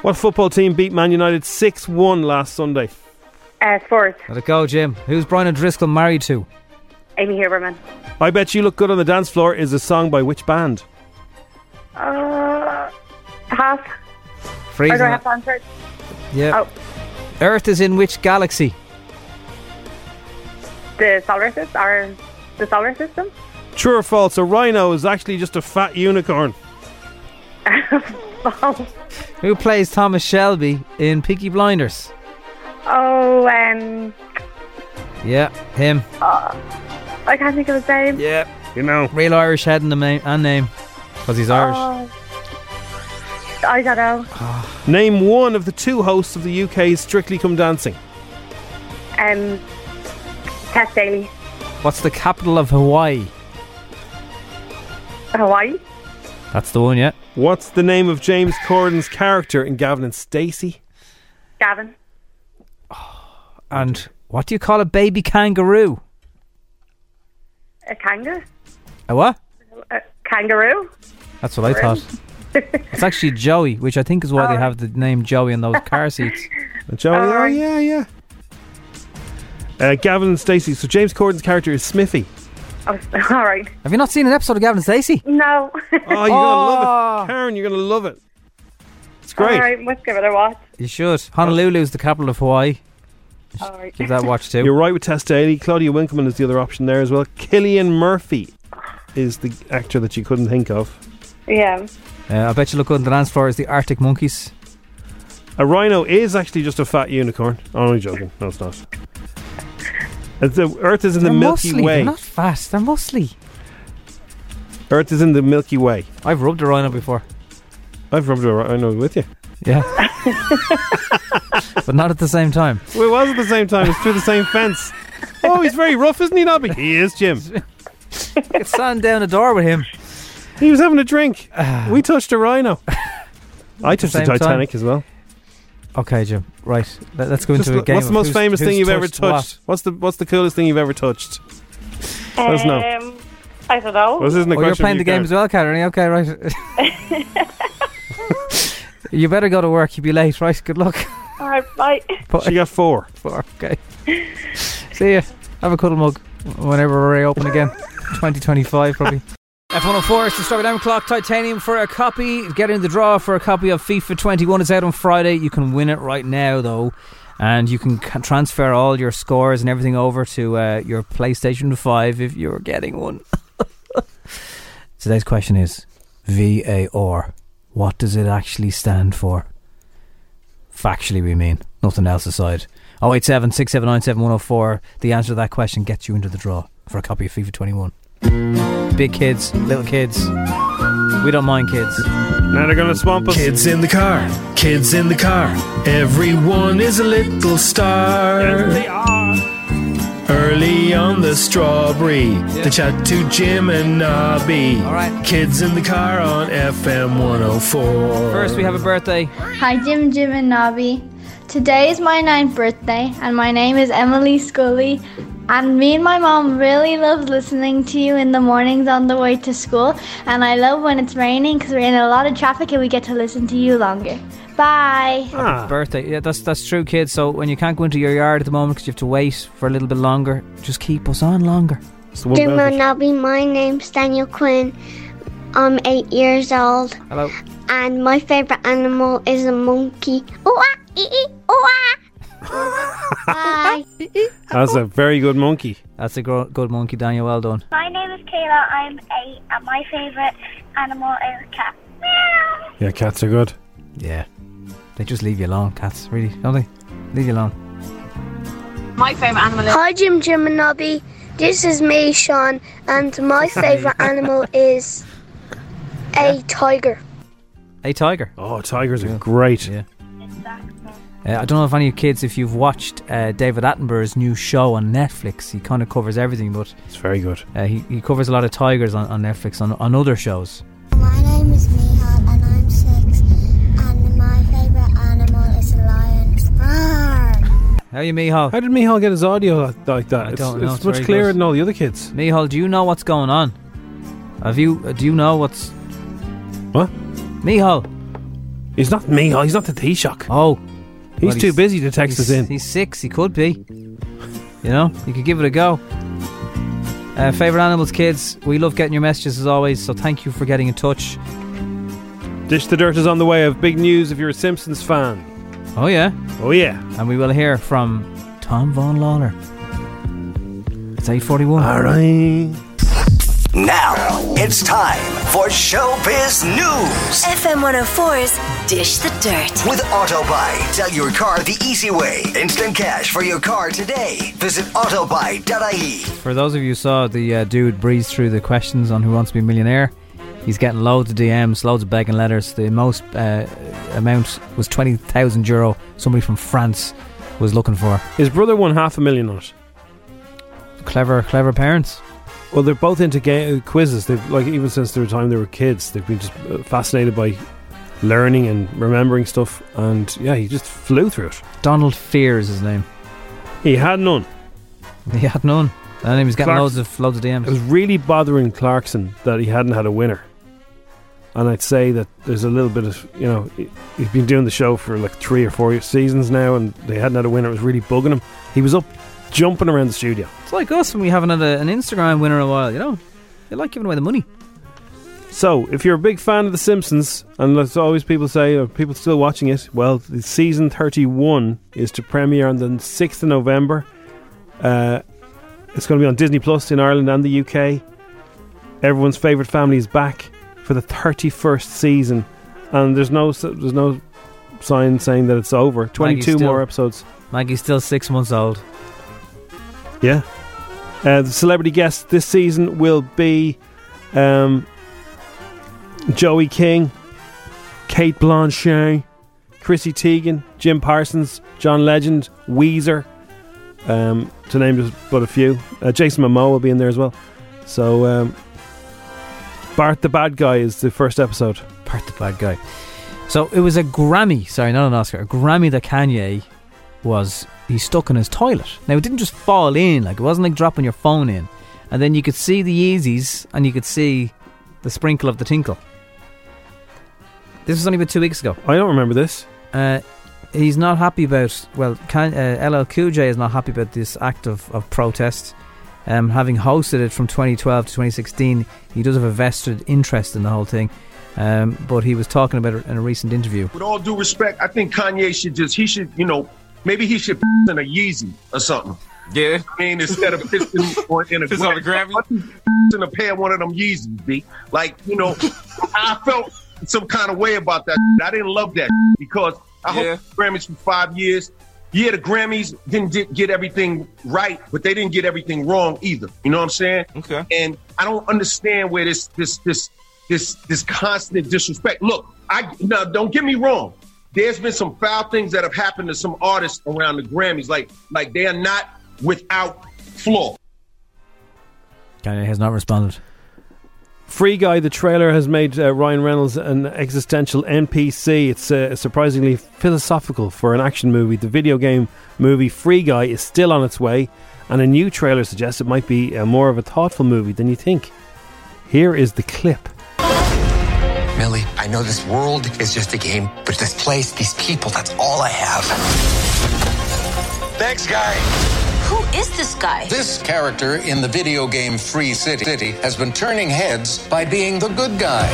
Speaker 3: What football team beat Man United six one last Sunday?
Speaker 17: Uh, Spurs,
Speaker 4: Let it go, Jim. Who's Brian O'Driscoll married to?
Speaker 17: Amy Huberman.
Speaker 3: I bet you look good on the dance floor is a song by which band?
Speaker 17: Uh, half.
Speaker 4: Freezing
Speaker 17: Or do I
Speaker 4: it.
Speaker 17: have to answer it?
Speaker 4: Yeah. Earth is in which galaxy?
Speaker 17: The solar system? Or the solar system?
Speaker 3: True or false? A rhino is actually just a fat unicorn.
Speaker 4: Who plays Thomas Shelby in Peaky Blinders?
Speaker 17: Oh, um,
Speaker 4: Yeah, him.
Speaker 17: Uh, I can't think of his name.
Speaker 4: Yeah.
Speaker 3: You know.
Speaker 4: Real Irish head and, the name, and name. Because he's Irish.
Speaker 17: Oh, I don't know.
Speaker 3: Name one of the two hosts of the UK's Strictly Come Dancing.
Speaker 17: Um, Tess Daly,
Speaker 4: What's the capital of Hawaii?
Speaker 17: Hawaii.
Speaker 4: That's the one, yeah.
Speaker 3: What's the name of James Corden's character in Gavin and Stacey?
Speaker 17: Gavin.
Speaker 4: And what do you call a baby kangaroo?
Speaker 17: A kangaroo.
Speaker 4: A what?
Speaker 17: A kangaroo.
Speaker 4: That's what I thought. It's actually Joey, which I think is why they have the name Joey in those car seats.
Speaker 3: Joey, oh, yeah, yeah. Uh, Gavin and Stacey. So James Corden's character is Smithy.
Speaker 17: Oh, all right.
Speaker 4: Have you not seen an episode of Gavin and Stacey?
Speaker 17: No.
Speaker 3: Oh, you're gonna love it, Karen. You're gonna love it. It's great.
Speaker 17: All
Speaker 12: Oh,
Speaker 17: right, must give it a watch.
Speaker 4: You should. Honolulu is the capital of Hawaii.
Speaker 17: All right.
Speaker 4: Give that watch too.
Speaker 3: You're right with Tess Daly. Claudia Winkleman is the other option there as well. Killian Murphy is the actor that you couldn't think of.
Speaker 17: Yeah.
Speaker 4: Uh, I bet you look good on the dance floor is the Arctic Monkeys.
Speaker 3: A rhino is actually just a fat unicorn. Oh, I'm only joking. No, it's not. Uh, The Earth is in the
Speaker 4: They're
Speaker 3: Milky
Speaker 4: muscly,
Speaker 3: Way.
Speaker 4: They're not fast. They're mostly.
Speaker 3: Earth is in the Milky Way.
Speaker 4: I've rubbed a rhino before.
Speaker 3: I've rubbed a rhino with you.
Speaker 4: Yeah. but not at the same time.
Speaker 3: Well, it was at the same time. It's through the same fence. Oh, he's very rough, isn't he, Nobby? He is, Jim.
Speaker 4: It's sand down a door with him.
Speaker 3: He was having a drink. we touched a rhino. I touched the
Speaker 4: same time.
Speaker 3: Titanic as well.
Speaker 4: Okay, Jim. Right. Let, us go
Speaker 3: Just
Speaker 4: into a
Speaker 3: look-
Speaker 4: game.
Speaker 3: what's the
Speaker 4: of
Speaker 3: most
Speaker 4: who's-
Speaker 3: famous
Speaker 4: who's
Speaker 3: thing you've ever
Speaker 4: what.
Speaker 3: touched? What's the What's the coolest thing you've ever touched? Let us know.
Speaker 17: Um, I don't know.
Speaker 3: This isn't a
Speaker 4: oh, you're
Speaker 3: question
Speaker 4: playing
Speaker 3: for
Speaker 4: the
Speaker 3: you,
Speaker 4: game as well, Karen. Okay, right. you better go to work. You'll be late, right? Good luck.
Speaker 17: All right, bye.
Speaker 3: She got four.
Speaker 4: Four. Okay. See ya. Have a cuddle mug whenever we're reopen again. 2025, probably. F104 is oh the Strawberry Diamond Clock Titanium for a copy. Get in the draw for a copy of FIFA 21. It's out on Friday. You can win it right now, though. And you can c- transfer all your scores and everything over to uh, your PlayStation 5 if you're getting one. Today's question is VAR. What does it actually stand for? Factually, we mean. Nothing else aside. 087 679 7104. The answer to that question gets you into the draw for a copy of FIFA 21. Big kids, little kids. We don't mind kids.
Speaker 3: Now they're going to swamp us.
Speaker 19: Kids in the car, kids in the car. Everyone is a little star.
Speaker 3: Yes, they are.
Speaker 19: Early on the strawberry, the chat to Jim and Nobby. All right. Kids in the car on FM 104.
Speaker 4: First, we have a birthday.
Speaker 5: Hi, Jim, Jim, and Nobby. Today is my ninth birthday, and my name is Emily Scully. And me and my mom really love listening to you in the mornings on the way to school. And I love when it's raining because we're in a lot of traffic and we get to listen to you longer. Bye.
Speaker 4: Ah,
Speaker 3: Ah.
Speaker 4: Birthday. Yeah, that's that's true, kids. So when you can't go into your yard at the moment because you have to wait for a little bit longer, just keep us on longer.
Speaker 6: Jim and Nobby, my name's Daniel Quinn. I'm eight years old.
Speaker 4: Hello.
Speaker 6: And my favourite animal is a monkey. Ooh, ah, ee, ee, ooh, ah. Bye.
Speaker 3: That's a very good monkey.
Speaker 4: That's a gro- good monkey, Daniel. Well done.
Speaker 6: My name is Kayla. I'm eight, and my favourite animal is a cat.
Speaker 3: Yeah, cats are good.
Speaker 4: Yeah. They just leave you alone, cats. Really, don't they? Leave you alone.
Speaker 6: My favourite animal is. Hi, Jim, Jim, and Nobby. This is me, Sean, and my favourite animal is a tiger.
Speaker 4: Hey, tiger.
Speaker 3: Oh, tigers are great.
Speaker 4: Yeah. Uh, I don't know if any of you kids, if you've watched uh, David Attenborough's new show on Netflix, he kind of covers everything, but
Speaker 3: it's very good.
Speaker 4: Uh, he, he covers a lot of tigers on, on Netflix on, on other shows.
Speaker 6: My name is Mihal and I'm six, and my favourite animal is a lion.
Speaker 4: How are you, Mihal?
Speaker 3: How did Mihal get his audio like, like that?
Speaker 4: I
Speaker 3: it's
Speaker 4: don't know.
Speaker 3: it's
Speaker 4: It's
Speaker 3: much
Speaker 4: very
Speaker 3: clearer
Speaker 4: good.
Speaker 3: than all the other kids.
Speaker 4: Mihal, do you know what's going on? Have you? uh, Do you know what's?
Speaker 3: What?
Speaker 4: Mihal.
Speaker 3: He's not Mihal. He's not the Taoiseach.
Speaker 4: Oh,
Speaker 3: He's too busy to text
Speaker 4: he's-
Speaker 3: us in.
Speaker 4: He's six. He could be. You know, you could give it a go. Uh, favorite animals, kids. We love getting your messages as always. So thank you for getting in touch.
Speaker 3: Dish the Dirt is on the way of big news if you're a Simpsons fan.
Speaker 4: Oh yeah.
Speaker 3: Oh yeah.
Speaker 4: And we will hear from Tom Von Lawler. It's eight forty-one. All
Speaker 3: right.
Speaker 1: Now it's time for Showbiz News.
Speaker 2: FM 104's Dish the Dirt.
Speaker 1: With Autobuy, sell your car the easy way. Instant cash for your car today. Visit autobuy.ie.
Speaker 4: For those of you who saw the uh, dude breeze through the questions on Who Wants to Be a Millionaire, he's getting loads of DMs, loads of begging letters. The most uh, amount was 20,000 euro somebody from France was looking for.
Speaker 3: His brother won half a million on it.
Speaker 4: Clever, clever parents.
Speaker 3: Well, they're both into ga- quizzes. They've like even since their time they were kids, they've been just uh, fascinated by learning and remembering stuff. And yeah, he just flew through it.
Speaker 4: Donald Fear is his name.
Speaker 3: He had none.
Speaker 4: He had none. And he was getting
Speaker 3: Clark-
Speaker 4: loads of loads of DMs.
Speaker 3: It was really bothering Clarkson that he hadn't had a winner. And I'd say that there's a little bit of, you know, he- he's been doing the show for like three or four seasons now and they hadn't had a winner. It was really bugging him. He was up jumping around the studio.
Speaker 4: It's like us when we haven't had a, an Instagram winner in a while, you know? They like giving away the money.
Speaker 3: So, if you're a big fan of The Simpsons, and as always people say, are people still watching it? Well, the season 31 is to premiere on the 6th of November. Uh, it's going to be on Disney Plus in Ireland and the UK. Everyone's favourite family is back for the 31st season, and there's no s- there's no sign saying that it's over. 22
Speaker 4: still-
Speaker 3: more episodes.
Speaker 4: Maggie's still six months old.
Speaker 3: Yeah. Uh, the celebrity guest this season will be um, Joey King, Kate Blanchett, Chrissy Teigen, Jim Parsons, John Legend, Weezer, um, to name just but a few. Uh, Jason Momoa will be in there as well. So, um, Bart the Bad Guy is the first episode.
Speaker 4: Bart the Bad Guy. So it was a Grammy, sorry, not an Oscar, a Grammy that Kanye was, he stuck in his toilet. Now it didn't just fall in, like it wasn't like dropping your phone in. And then you could see the Yeezys and you could see the sprinkle of the tinkle. This was only about two weeks ago.
Speaker 3: I don't remember this.
Speaker 4: Uh, he's not happy about, well, Kan uh, LL Cool J is not happy about this act of, of protest. Um, having hosted it from 2012 to 2016, he does have a vested interest in the whole thing. Um, but he was talking about it in a recent interview.
Speaker 20: With all due respect, I think Kanye should just he should you know maybe he should in a Yeezy or something. Yeah, I mean instead of pissing on in a
Speaker 21: Just on a
Speaker 20: Grammy, why don't you in a pair of one of them Yeezys, b. Like you know, I felt some kind of way about that. I didn't love that because I
Speaker 21: Yeah.
Speaker 20: hope Grammys for five years. Yeah, the Grammys didn't di- get everything right, but they didn't get everything wrong either. You know what I'm saying? Okay. And I don't understand where this this this this this constant disrespect. Look, I now don't get me wrong. There's been some foul things that have happened to some artists around the Grammys, like like they are not without flaw.
Speaker 4: Kanye has not responded.
Speaker 3: Free Guy, the trailer has made uh, Ryan Reynolds an existential NPC. It's uh, surprisingly philosophical for an action movie. The video game movie Free Guy is still on its way, and a new trailer suggests it might be uh, more of a thoughtful movie than you think. Here is the clip.
Speaker 7: Millie, I know this world is just a game, but this place, these people, that's all I have.
Speaker 8: Thanks, guy.
Speaker 9: Who is this guy?
Speaker 8: This character in the video game Free City City has been turning heads by being the good guy.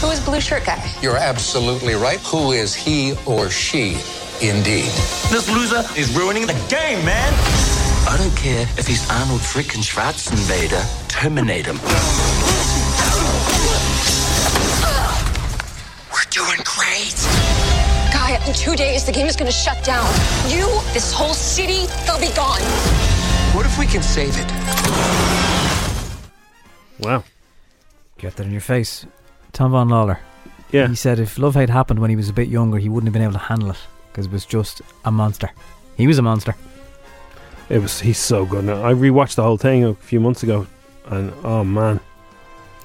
Speaker 9: Who is blue shirt guy?
Speaker 8: You're absolutely right. Who is he or she indeed?
Speaker 7: This loser is ruining the game, man. I don't care if he's Arnold frickin' Schwarzenegger. Terminate him.
Speaker 9: We're doing great. Guy, in two days, the game is going to shut down. You, this whole city, they'll be gone.
Speaker 7: What if we can save it?
Speaker 3: Wow.
Speaker 4: Get that in your face. Tom Von Lawler.
Speaker 3: Yeah.
Speaker 4: He said if Love Hate happened when he was a bit younger, he wouldn't have been able to handle it because it was just a monster. He was a monster.
Speaker 3: It was he's so good. Now I rewatched the whole thing a few months ago, and oh man,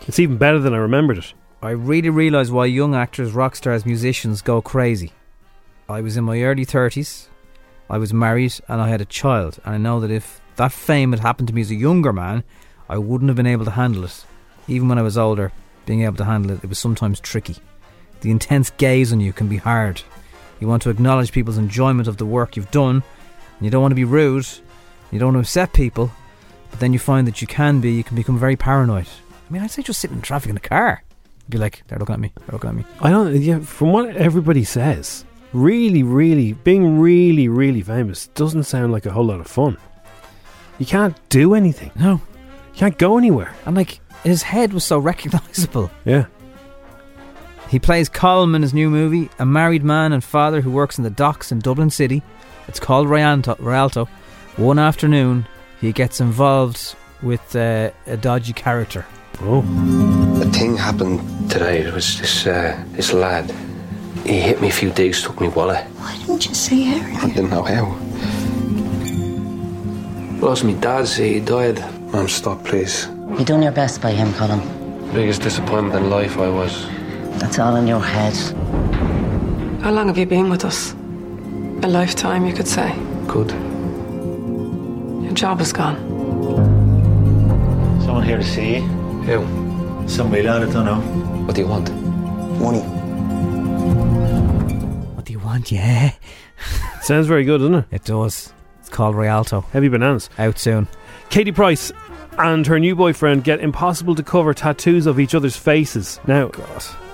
Speaker 3: it's even better than I remembered it.
Speaker 4: I really realised why young actors, rock stars, musicians go crazy. I was in my early 30s, I was married, and I had a child. And I know that if that fame had happened to me as a younger man, I wouldn't have been able to handle it. Even when I was older, being able to handle it, it was sometimes tricky. The intense gaze on you can be hard. You want to acknowledge people's enjoyment of the work you've done, and you don't want to be rude, you don't want to upset people, but then you find that you can be, you can become very paranoid. I mean, I'd say just sitting in traffic in a car. Be like, they're looking at me, they're looking at me.
Speaker 3: I don't. Yeah, from what everybody says, really, really being really, really famous doesn't sound like a whole lot of fun. You can't do anything.
Speaker 4: No,
Speaker 3: you can't go anywhere.
Speaker 4: And like, his head was so recognisable.
Speaker 3: Yeah.
Speaker 4: He plays Colm in his new movie, a married man and father who works in the docks in Dublin City. It's called Rialto. Rialto. One afternoon, he gets involved with uh, a dodgy character.
Speaker 7: A thing happened today. It was this uh, this lad. He hit me a few digs, took me wallet.
Speaker 21: Why didn't you say Harry?
Speaker 7: I didn't know how. Lost me dad's. He died. Mum, stop, please.
Speaker 21: You done your best by him, Colin.
Speaker 7: Biggest disappointment in life I was.
Speaker 21: That's all in your head.
Speaker 22: How long have you been with us? A lifetime, you could say.
Speaker 7: Good.
Speaker 22: Your job is gone.
Speaker 23: Someone here to see you.
Speaker 7: Who?
Speaker 23: Somebody loud, I don't know.
Speaker 7: What do you want? Money.
Speaker 4: What do you want? Yeah.
Speaker 3: Sounds very good, doesn't it?
Speaker 4: It does. It's called Rialto.
Speaker 3: Heavy bananas.
Speaker 4: Out soon.
Speaker 3: Katie Price and her new boyfriend get impossible to cover tattoos of each other's faces. Now,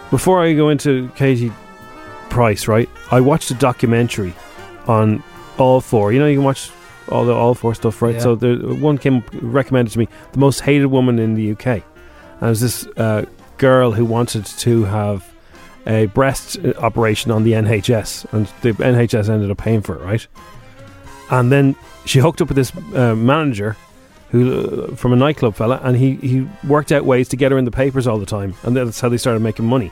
Speaker 3: before I go into Katie Price, right? I watched a documentary on all four. You know, you can watch all the all four stuff, right?
Speaker 4: Yeah.
Speaker 3: So there, one came up- recommended to me the most hated woman in the UK, and it was this uh, girl who wanted to have a breast uh, operation on the NHS, and the NHS ended up paying for it, right? And then she hooked up with this uh, manager who uh, from a nightclub fella, and he he worked out ways to get her in the papers all the time, and that's how they started making money.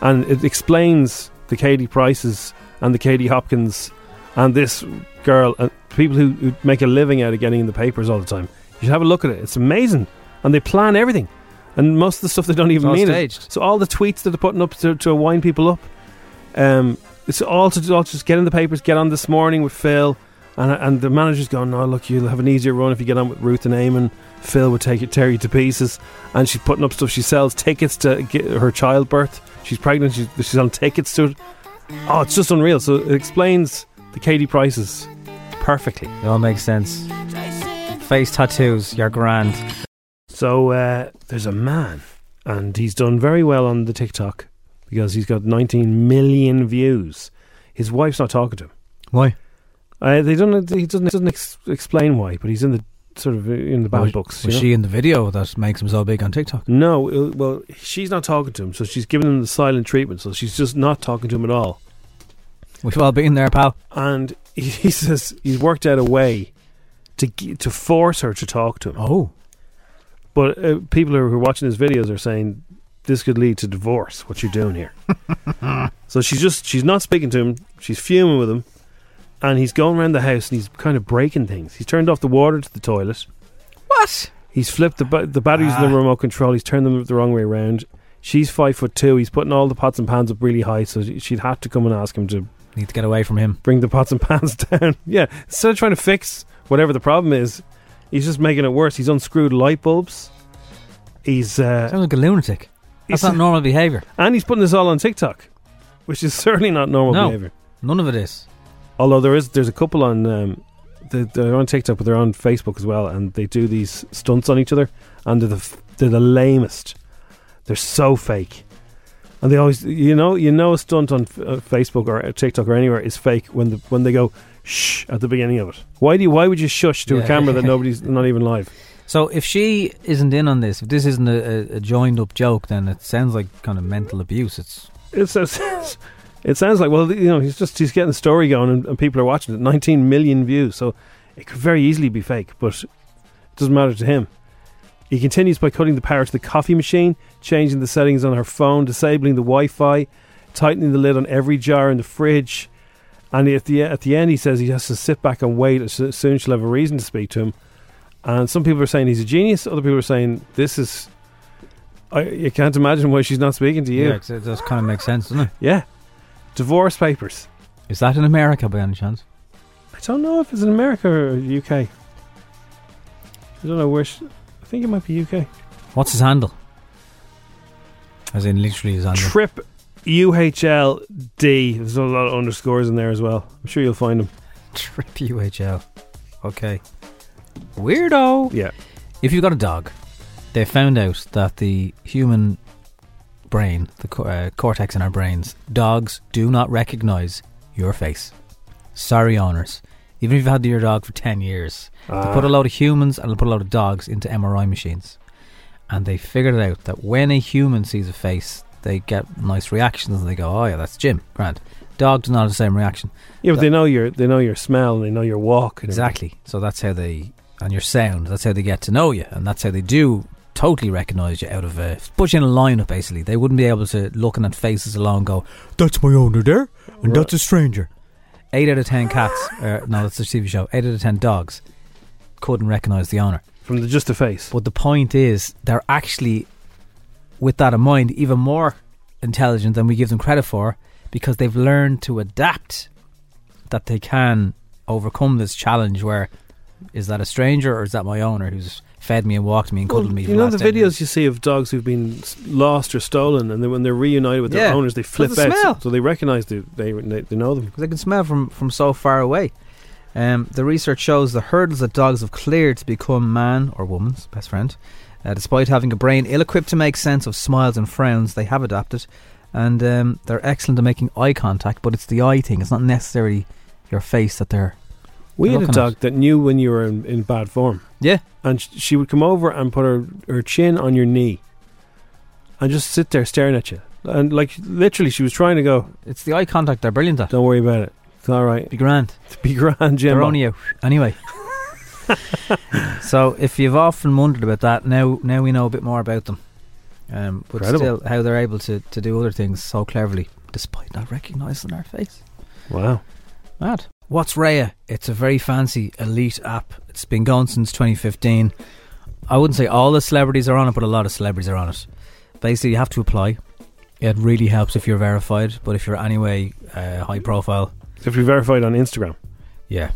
Speaker 3: And it explains the Katie Prices and the Katie Hopkins and this girl and people who, who make a living out of getting in the papers all the time. You should have a look at it. It's amazing, and they plan everything. And most of the stuff they don't even
Speaker 4: all
Speaker 3: mean
Speaker 4: staged.
Speaker 3: it. So all the tweets that they're putting up to, to wind people up, um, it's all to all to just get in the papers. Get on this morning with Phil, and and the manager's going, "No, look, you'll have an easier run if you get on with Ruth and Eamon. Phil would take it, tear you to pieces." And she's putting up stuff. She sells tickets to get her childbirth. She's pregnant. She's, she's on tickets to it. Oh, it's just unreal. So it explains the Katie Prices perfectly.
Speaker 4: It all makes sense. Face tattoos, you're grand.
Speaker 3: So uh, there's a man, and he's done very well on the TikTok because he's got 19 million views. His wife's not talking to him.
Speaker 4: Why?
Speaker 3: Uh, they don't. He doesn't, doesn't ex- explain why, but he's in the sort of uh, in the bad
Speaker 4: was,
Speaker 3: books.
Speaker 4: Was
Speaker 3: you know?
Speaker 4: she in the video that makes him so big on TikTok?
Speaker 3: No, uh, well, she's not talking to him, so she's giving him the silent treatment. So she's just not talking to him at all.
Speaker 4: We've all been there, pal.
Speaker 3: And he, he says he's worked out a way to g- to force her to talk to him.
Speaker 4: Oh,
Speaker 3: but uh, people who are watching his videos are saying this could lead to divorce. What you doing here? so she's just she's not speaking to him. She's fuming with him, and he's going around the house and he's kind of breaking things. He's turned off the water to the toilet.
Speaker 24: What?
Speaker 3: He's flipped the ba- the batteries
Speaker 4: Ah.
Speaker 3: in the remote control. He's turned them the wrong way around. She's five foot two. He's putting all the pots and pans up really high, so she- she'd have to come and ask him to
Speaker 4: need to get away from him.
Speaker 3: Bring the pots and pans down. yeah, instead of trying to fix whatever the problem is, he's just making it worse. He's unscrewed light bulbs. He's uh,
Speaker 4: sounds like a lunatic. That's
Speaker 3: He's-
Speaker 4: not normal behavior.
Speaker 3: And he's putting this all on TikTok, which is certainly not normal
Speaker 4: No,
Speaker 3: behavior.
Speaker 4: None of it is.
Speaker 3: Although there is, there's a couple on, um, they're, they're on TikTok, but they're on Facebook as well, and they do these stunts on each other, and they're the f- they're the lamest. They're so fake, and they always, you know, you know, a stunt on f- uh, Facebook or TikTok or anywhere is fake when the when they go shh at the beginning of it. Why do you, why would you shush to
Speaker 4: Yeah.
Speaker 3: a camera that nobody's not even live?
Speaker 4: So if she isn't in on this, if this isn't a, a, a joined up joke, then it sounds like kind of mental abuse. It's
Speaker 3: It's, it's it sounds like well, you know, he's just he's getting the story going, and, and people are watching it. Nineteen million views, so it could very easily be fake, but it doesn't matter to him. He continues by cutting the power to the coffee machine, changing the settings on her phone, disabling the Wi-Fi, tightening the lid on every jar in the fridge, and at the at the end, he says he has to sit back and wait. As soon she'll have a reason to speak to him. And some people are saying he's a genius. Other people are saying this is. I, you can't imagine why she's not speaking to you.
Speaker 4: yeah, 'cause it does kind of make sense, doesn't it?
Speaker 3: Yeah. Divorce papers.
Speaker 4: Is that in America by any chance?
Speaker 3: I don't know if it's in America or UK. I don't know where. She, I think it might be UK.
Speaker 4: What's his handle? As in, literally his handle.
Speaker 3: Trip UHLD. There's a lot of underscores in there as well. I'm sure you'll find them.
Speaker 4: Trip UHL. Okay. Weirdo.
Speaker 3: Yeah.
Speaker 4: If you've got a dog, they found out that the human brain, the co- uh, cortex in our brains, dogs do not recognize your face. Sorry, owners. Even if you've had your dog for 10 years, they
Speaker 24: Ah.
Speaker 4: put a load of humans and they put a load of dogs into MRI machines. And they figured out that when a human sees a face, they get nice reactions and they go, oh, yeah, that's Jim. Grant. Dog does not have the same reaction.
Speaker 3: Yeah, but
Speaker 4: That-
Speaker 3: they know your they know your smell and they know your walk. And
Speaker 4: Exactly. So that's how they and your sound. That's how they get to know you, and that's how they do totally recognise you out of a push in a lineup. Basically, they wouldn't be able to looking at faces alone and go, "That's my owner there, and
Speaker 24: Right.
Speaker 4: that's a stranger." Eight out of ten cats. Uh, no, that's a TV show. Eight out of ten dogs couldn't recognise the owner
Speaker 3: from the, just the face.
Speaker 4: But the point is, they're actually, with that in mind, even more intelligent than we give them credit for, because they've learned to adapt. That they can overcome this challenge. Where is that a stranger or is that my owner who's fed me and walked me and cuddled me? for
Speaker 3: you know
Speaker 4: last
Speaker 3: the
Speaker 4: 10 years?
Speaker 3: videos you see of dogs who've been s- lost or stolen, and then when they're reunited with their
Speaker 4: Yeah,
Speaker 3: owners, they
Speaker 4: 'cause
Speaker 3: flip
Speaker 4: the
Speaker 3: out.
Speaker 4: smell.
Speaker 3: So, so they recognise they, they they they know them.
Speaker 4: because they can smell from, from so far away. Um, the research shows the hurdles that dogs have cleared to become man or woman's best friend. Uh, despite having a brain ill equipped to make sense of smiles and frowns, they have adapted and um, they're excellent at making eye contact, but it's the eye thing, it's not necessarily your face that they're.
Speaker 3: We
Speaker 4: they're
Speaker 3: had a
Speaker 4: looking at.
Speaker 3: dog that knew when you were in, in bad form.
Speaker 4: Yeah.
Speaker 3: And sh- she would come over and put her, her chin on your knee and just sit there staring at you. And like literally, she was trying to go.
Speaker 4: It's the eye contact. They're brilliant at.
Speaker 3: Don't worry about it. It's all right. Be
Speaker 4: grand.
Speaker 3: Be grand, Jim.
Speaker 4: They're on you. Anyway. so if you've often wondered about that, now now we know a bit more about them. Um, but
Speaker 3: Incredible.
Speaker 4: still, how they're able to, to do other things so cleverly, despite not recognising our face.
Speaker 3: Wow.
Speaker 4: Mad. What's Raya? It's a very fancy elite app. It's been going since 2015. I wouldn't say all the celebrities are on it, but a lot of celebrities are on it. Basically, you have to apply. It really helps if you're verified, but if you're anyway uh, high profile.
Speaker 3: If you're verified on Instagram.
Speaker 4: Yeah.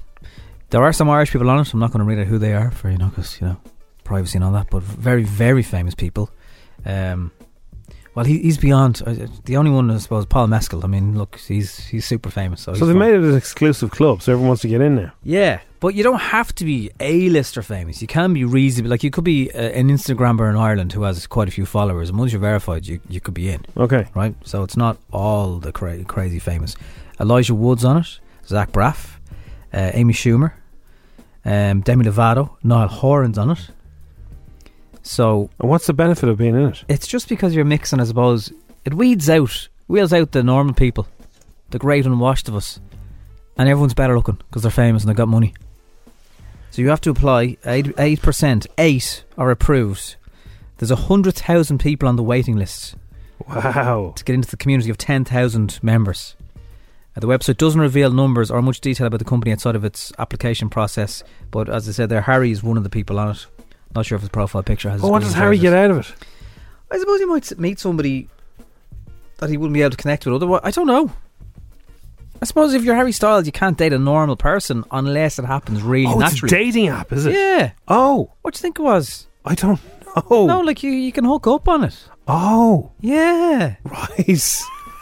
Speaker 4: There are some Irish people on it. I'm not going to read out who they are for, you know, because, you know, privacy and all that, but very, very famous people. Um, well, he, he's beyond. Uh, the only one, I suppose, Paul Mescal. I mean, look, he's he's super famous. So,
Speaker 3: So
Speaker 4: he's
Speaker 3: they
Speaker 4: fine.
Speaker 3: made it an exclusive club, so everyone wants to get in there.
Speaker 4: Yeah, but you don't have to be A-lister famous. You can be reasonably like you could be uh, an Instagrammer in Ireland who has quite a few followers, and once you're verified, you you could be in.
Speaker 3: Okay,
Speaker 4: right. So it's not all the cra- crazy famous. Elijah Woods on it, Zach Braff, uh, Amy Schumer, um, Demi Lovato, Niall Horan's on it. So,
Speaker 3: and what's the benefit of being in it?
Speaker 4: It's just because you're mixing, I suppose. It weeds out, wheels out the normal people, the great unwashed of us, and everyone's better looking because they're famous and they've got money. So you have to apply eight eight percent. Eight are approved. There's a hundred thousand people on the waiting list.
Speaker 3: Wow!
Speaker 4: To get into the community of ten thousand members, Uh, the website doesn't reveal numbers or much detail about the company outside of its application process, but as I said there, Harry is one of the people on it. Not sure if his profile picture has.
Speaker 3: But Oh, what
Speaker 4: his
Speaker 3: does Harry get out of it?
Speaker 4: I suppose he might meet somebody that he wouldn't be able to connect with otherwise. I don't know. I suppose if you're Harry Styles, you can't date a normal person unless it happens really
Speaker 3: Oh, it's a
Speaker 4: naturally.
Speaker 3: dating app, is it?
Speaker 4: Yeah.
Speaker 3: Oh.
Speaker 4: What do you think it was?
Speaker 3: I don't know.
Speaker 4: No, Oh, like you, you can hook up on it.
Speaker 3: Oh.
Speaker 4: Yeah.
Speaker 3: Right.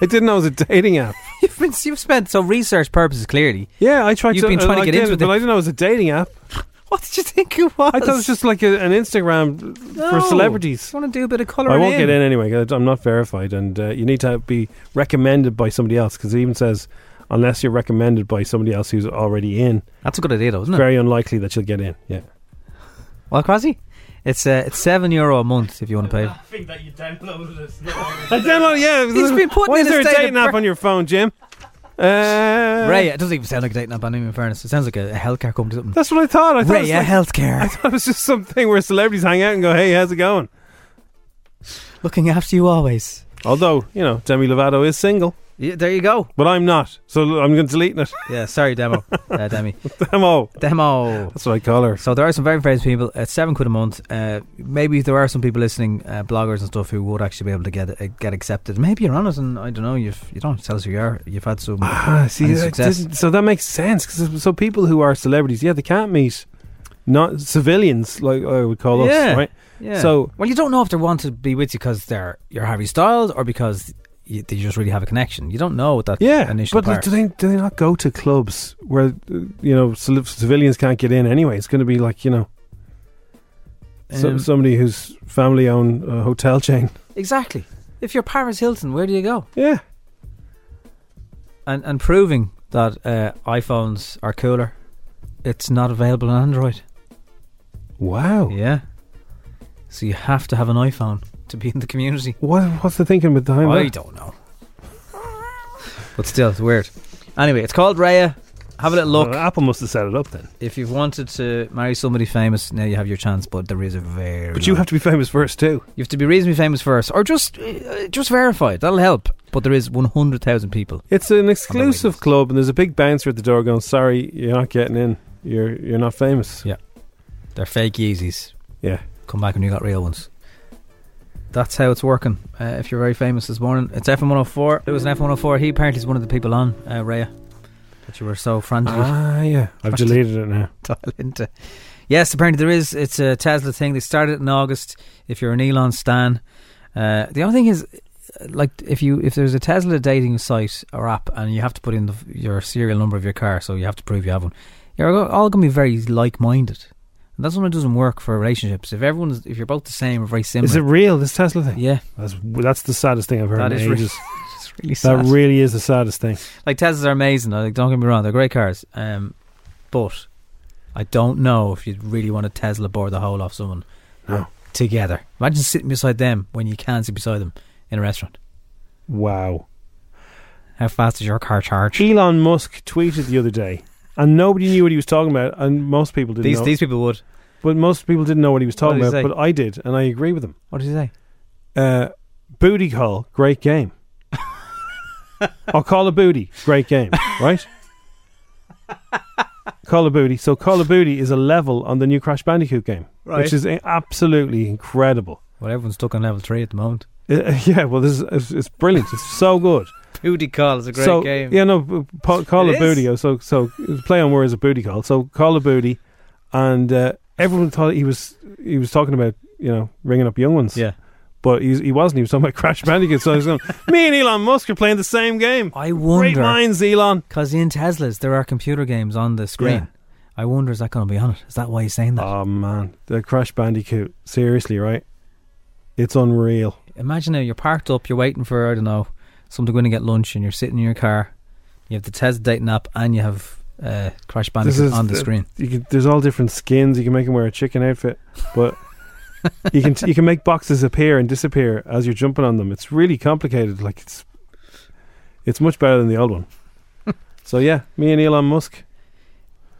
Speaker 3: I didn't know it was a dating app.
Speaker 4: you've been you've spent so research purposes clearly.
Speaker 3: Yeah, I tried
Speaker 4: You've
Speaker 3: to.
Speaker 4: been trying
Speaker 3: I
Speaker 4: to get
Speaker 3: did,
Speaker 4: into it.
Speaker 3: but I didn't know it was a dating app.
Speaker 4: What did you think it was?
Speaker 3: I thought it was just like a, an Instagram for
Speaker 4: No.
Speaker 3: celebrities.
Speaker 4: You want to Oh. do a bit of colour?
Speaker 3: I won't get in anyway. 'cause I'm not verified, and uh, you need to be recommended by somebody else because it even says unless you're recommended by somebody else who's already in.
Speaker 4: That's a good idea, though, isn't
Speaker 3: it's
Speaker 4: it?
Speaker 3: Very unlikely that you'll get in. Yeah.
Speaker 4: Well, Crosby, it's uh, it's seven euro a month if you want to pay. it.
Speaker 14: think that you downloaded it.
Speaker 3: I download. Yeah,
Speaker 14: He's been putting
Speaker 3: why
Speaker 14: in
Speaker 3: is there a
Speaker 14: a state of
Speaker 3: dating app on your phone, Jim? Uh,
Speaker 4: Ray,
Speaker 3: Ray,
Speaker 4: it doesn't even sound like a dating app. anyway, In fairness, it sounds like a, a healthcare company. or Something.
Speaker 3: that's what I thought. I thought it was
Speaker 4: Raya
Speaker 3: like-
Speaker 4: Healthcare.
Speaker 3: I thought it was just something where celebrities hang out and go, "Hey, how's it going?"
Speaker 4: Looking after you always.
Speaker 3: Although you know, Demi Lovato is single.
Speaker 4: Yeah, there you go.
Speaker 3: But I'm not, so I'm going to delete it.
Speaker 4: Yeah, sorry, Demo. Uh, Demi.
Speaker 3: Demo.
Speaker 4: Demo. That's
Speaker 3: what I call her.
Speaker 4: So there are some very famous people at seven quid a month. Uh, maybe there are some people listening, uh, bloggers and stuff, who would actually be able to get uh, get accepted. Maybe you're on it, and I don't know. You've you don't tell us who you are. You've had some
Speaker 3: Ah, see,
Speaker 4: any
Speaker 3: that
Speaker 4: success.
Speaker 3: didn't- so that makes sense. 'cause so people who are celebrities, yeah, they can't meet not civilians like I would call
Speaker 4: yeah.
Speaker 3: us, right?
Speaker 4: Yeah.
Speaker 3: So
Speaker 4: well, you don't know if they want to be with you because they're you're Harry Styles or because you, they just really have a connection. You don't know with that.
Speaker 3: yeah,
Speaker 4: initial
Speaker 3: but
Speaker 4: part.
Speaker 3: do they do they not go to clubs where uh, you know civ- civilians can't get in anyway? It's going to be like you know, so-
Speaker 4: Um,
Speaker 3: somebody whose family own a hotel chain.
Speaker 4: Exactly. If you're Paris Hilton, where do you go?
Speaker 3: Yeah.
Speaker 4: And and proving that uh, iPhones are cooler, it's not available on Android.
Speaker 3: Wow.
Speaker 4: Yeah. So you have to have an iPhone to be in the community.
Speaker 3: What what's the thinking behind
Speaker 4: I
Speaker 3: that?
Speaker 4: don't know. But still, it's weird. Anyway, it's called Raya. Have a little look.
Speaker 3: Apple must have set it up then.
Speaker 4: If you've wanted to marry somebody famous, now you have your chance. But there is a very
Speaker 3: But you have to be famous first too.
Speaker 4: You have to be reasonably famous first, or just uh, just verify it. That'll help. But there is one hundred thousand people.
Speaker 3: It's an exclusive club, and there's a big bouncer at the door going, "Sorry, you're not getting in. You're you're not famous."
Speaker 4: Yeah. They're fake Yeezys.
Speaker 3: Yeah.
Speaker 4: Come back when you got real ones. That's how it's working. Uh, if you're very famous this morning, it's FM 104. It was an FM 104. He apparently is one of the people on uh, Raya that you were so frantic. with.
Speaker 3: Ah, yeah. I've
Speaker 4: Frantic.
Speaker 3: deleted it now.
Speaker 4: Dial into. Yes, apparently there is. It's a Tesla thing. They started in August. If you're an Elon stan, uh, the only thing is, uh, like, if you if there's a Tesla dating site or app, and you have to put in the, your serial number of your car, so you have to prove you have one. You're all going to be very like-minded, and that's when it doesn't work for relationships. If everyone's if you're both the same or very similar,
Speaker 3: Is it real? This Tesla thing?
Speaker 4: Yeah,
Speaker 3: that's that's the saddest thing I've heard
Speaker 4: That
Speaker 3: in
Speaker 4: is re-
Speaker 3: ages.
Speaker 4: it's really sad.
Speaker 3: That really is the saddest thing.
Speaker 4: like Teslas are amazing. Like, don't get me wrong, they're great cars. Um, but I don't know if you'd really want a Tesla bore the whole off someone.
Speaker 3: No.
Speaker 4: Together, imagine sitting beside them when you can sit beside them in a restaurant.
Speaker 3: Wow.
Speaker 4: How fast is your car charge?
Speaker 3: Elon Musk tweeted the other day, and nobody knew what he was talking about, and most people didn't.
Speaker 4: These
Speaker 3: know.
Speaker 4: these people would.
Speaker 3: but most people didn't know what he was talking
Speaker 4: What did he
Speaker 3: about.
Speaker 4: say?
Speaker 3: But I did, and I agree with him.
Speaker 4: What did you say?
Speaker 3: Uh, booty call, great game. I'll call a booty, great game, right? Call a booty. So Call of Booty is a level on the new Crash Bandicoot game,
Speaker 4: Right.
Speaker 3: which is a- absolutely incredible.
Speaker 4: Well, everyone's stuck on level three at the moment.
Speaker 3: Uh, yeah, well, this is, it's, it's brilliant. It's so good.
Speaker 4: Booty call is a great
Speaker 3: so,
Speaker 4: game.
Speaker 3: Yeah, no, b- po- call
Speaker 4: It
Speaker 3: a booty.
Speaker 4: is.
Speaker 3: oh, So, so play on words a booty call. So call a booty, and uh, everyone thought he was he was talking about you know ringing up young ones.
Speaker 4: Yeah,
Speaker 3: but he, he wasn't. He was talking about Crash Bandicoot. So I was going, me and Elon Musk are playing the same game.
Speaker 4: I wonder.
Speaker 3: Great minds, Elon.
Speaker 4: Because in Teslas there are computer games on the screen.
Speaker 3: Yeah.
Speaker 4: I wonder is that going to be on it? Is that why he's saying that?
Speaker 3: Oh man, the Crash Bandicoot. Seriously, right? It's unreal.
Speaker 4: imagine now you're parked up, you're waiting for I don't know something going to get lunch, and you're sitting in your car. You have the Tesla dating app, and you have uh, Crash
Speaker 3: This
Speaker 4: Bandicoot
Speaker 3: is
Speaker 4: on the
Speaker 3: the-
Speaker 4: screen.
Speaker 3: You can, there's all different skins. You can make him wear a chicken outfit, but you can you can make boxes appear and disappear as you're jumping on them. It's really complicated. Like it's it's much better than the old one. so yeah, me and Elon Musk.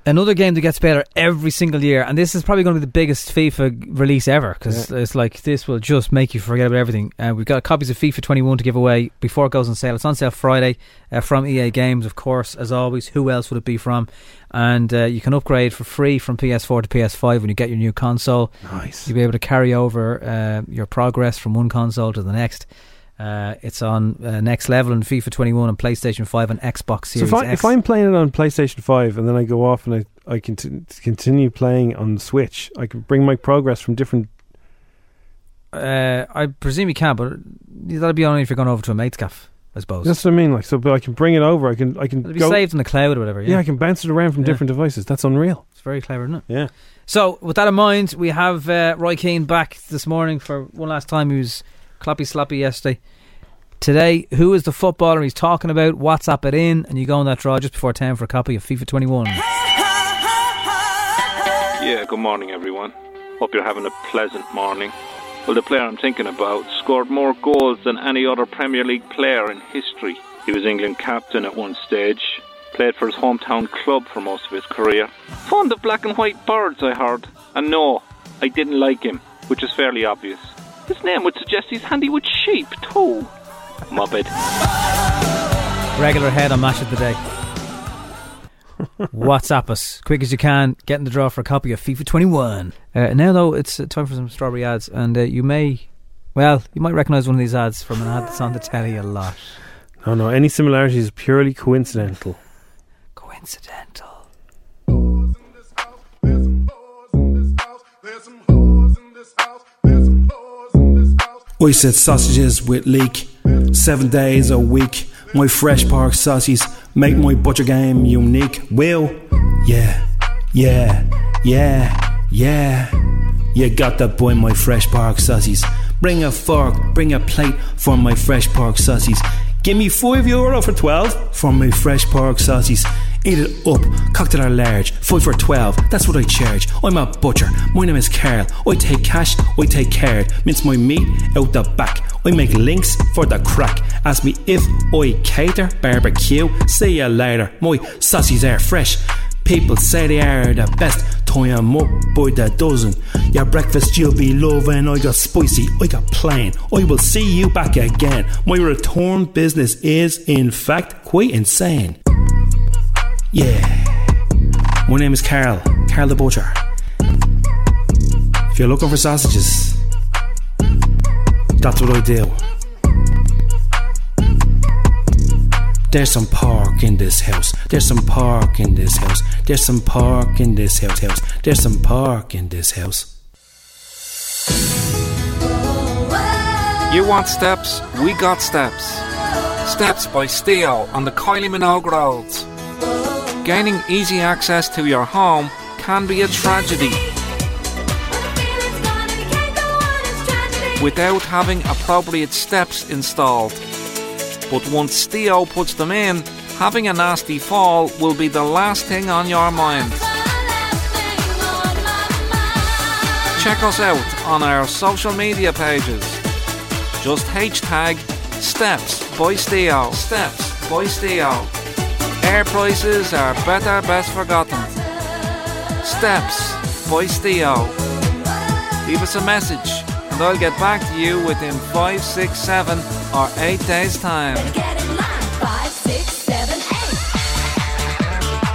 Speaker 4: Another game that gets better every single year, and this is probably going to be the biggest FIFA release ever because it's like this will just make you forget about everything. Uh, we've got copies of FIFA 21 to give away before it goes on sale. It's on sale Friday uh, from EA Games, of course, as always. Who else would it be from? And uh, you can upgrade for free from PS4 to PS5 when you get your new console.
Speaker 3: Nice.
Speaker 4: You'll be able to carry over uh, your progress from one console to the next. Uh, it's on uh, next level in FIFA 21 and PlayStation 5 and Xbox
Speaker 3: So
Speaker 4: Series
Speaker 3: if, I,
Speaker 4: X.
Speaker 3: if I'm playing it on PlayStation 5 and then I go off and I, I conti- continue playing on Switch, I can bring my progress from different.
Speaker 4: Uh, I presume you can, but that'll be only if you're going over to a mate's gaff, I suppose.
Speaker 3: That's what I mean. Like, so but I can bring it over. I can, I can
Speaker 4: It'll be
Speaker 3: go-
Speaker 4: saved in the cloud or whatever. Yeah,
Speaker 3: Yeah, I can bounce it around from
Speaker 4: Yeah.
Speaker 3: different devices. That's unreal.
Speaker 4: It's very clever, isn't it?
Speaker 3: Yeah.
Speaker 4: So, with that in mind, we have uh, Roy Keane back this morning for one last time. He was cloppy sloppy yesterday. Today, who is the footballer he's talking about? WhatsApp it in, and you go on that draw just before 10 for a copy of FIFA 21.
Speaker 24: Yeah, good morning, everyone. Hope you're having a pleasant morning. Well, the player I'm thinking about scored more goals than any other Premier League player in history. He was England captain at one stage, played for his hometown club for most of his career. Fond of black and white birds, I heard. And no, I didn't like him, which is fairly obvious. His name would suggest he's handy with sheep, too. Muppet.
Speaker 4: Regular head on Match of the Day. WhatsApp us quick as you can. Get in the draw for a copy of FIFA 21. Uh, now, though, it's uh, time for some strawberry ads, and uh, you may, well, you might recognise one of these ads from an ad that's on the telly a lot.
Speaker 3: No, no, any similarity is purely coincidental.
Speaker 4: Coincidental.
Speaker 10: Oyster sausages with leek. Seven days a week. My fresh pork sausages make my butcher game unique. Will, yeah, yeah, yeah, yeah. You got that boy, my fresh pork sausages. Bring a fork, bring a plate for my fresh pork sausages. Give me five euro for twelve for my fresh pork sausages. Eat it up, cocktail are large, five for twelve. That's what I charge. I'm a butcher. My name is Carl. I take cash, I take care. Mince my meat out the back. I make links for the crack. Ask me if I cater barbecue. See you later. My sausages are fresh. People say they are the best. Tie 'em up by the dozen. Your breakfast you'll be loving. I got spicy, I got plain. I will see you back again. My return business is, in fact, quite insane. Yeah. My name is Carl, Carl the Butcher. If you're looking for sausages, that's what I do. There's some pork in this house. There's some pork in this house. There's some pork in this house. house. There's some pork in this house.
Speaker 15: You want steps? We got steps. Steps by Steel on the Kylie Minogue roads. Gaining easy access to your home can be a tragedy. Without having appropriate steps installed. But once Steel puts them in, having a nasty fall will be the last thing on your mind. Check us out on our social media pages. Just hashtag Steps by Steo. Steps by Steo. Air prices are better best forgotten. Steps by Steo. Leave us a message and I'll get back to you within 5, 6, 7 or 8 days time.
Speaker 11: Five, six, seven, eight.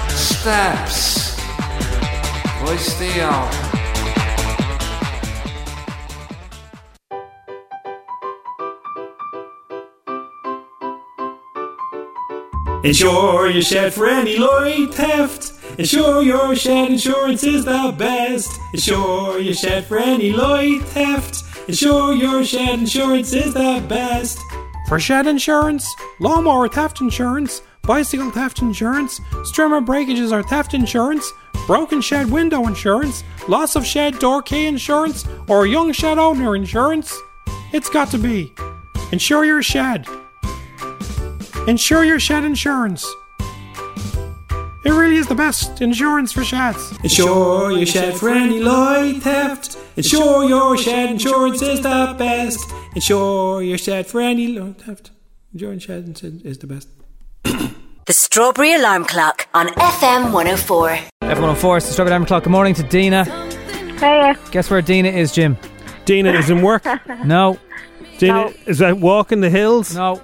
Speaker 15: Steps by Steo.
Speaker 10: Insure your shed for any light theft. Insure your shed, insurance is the best. Insure your shed for any light theft. Insure your shed, insurance is the best.
Speaker 25: For shed insurance, lawnmower theft insurance, bicycle theft insurance, strimmer breakages or theft insurance, broken shed window insurance, loss of shed door key insurance, or young shed owner insurance, it's got to be. Insure your shed. Insure your shed insurance. It really is the best insurance for sheds.
Speaker 10: Insure your shed for any light theft. Insure your shed, insurance is the best. Insure your shed for any light theft. Insurance shed is the best.
Speaker 2: The
Speaker 11: Strawberry Alarm Clock on FM 104.
Speaker 4: F104, it's the Strawberry Alarm Clock. Good morning to Dina.
Speaker 12: Hey.
Speaker 4: Guess where Dina is, Jim?
Speaker 25: Dina is in work.
Speaker 4: no.
Speaker 25: Dina
Speaker 4: No.
Speaker 25: is out walking the hills.
Speaker 4: No.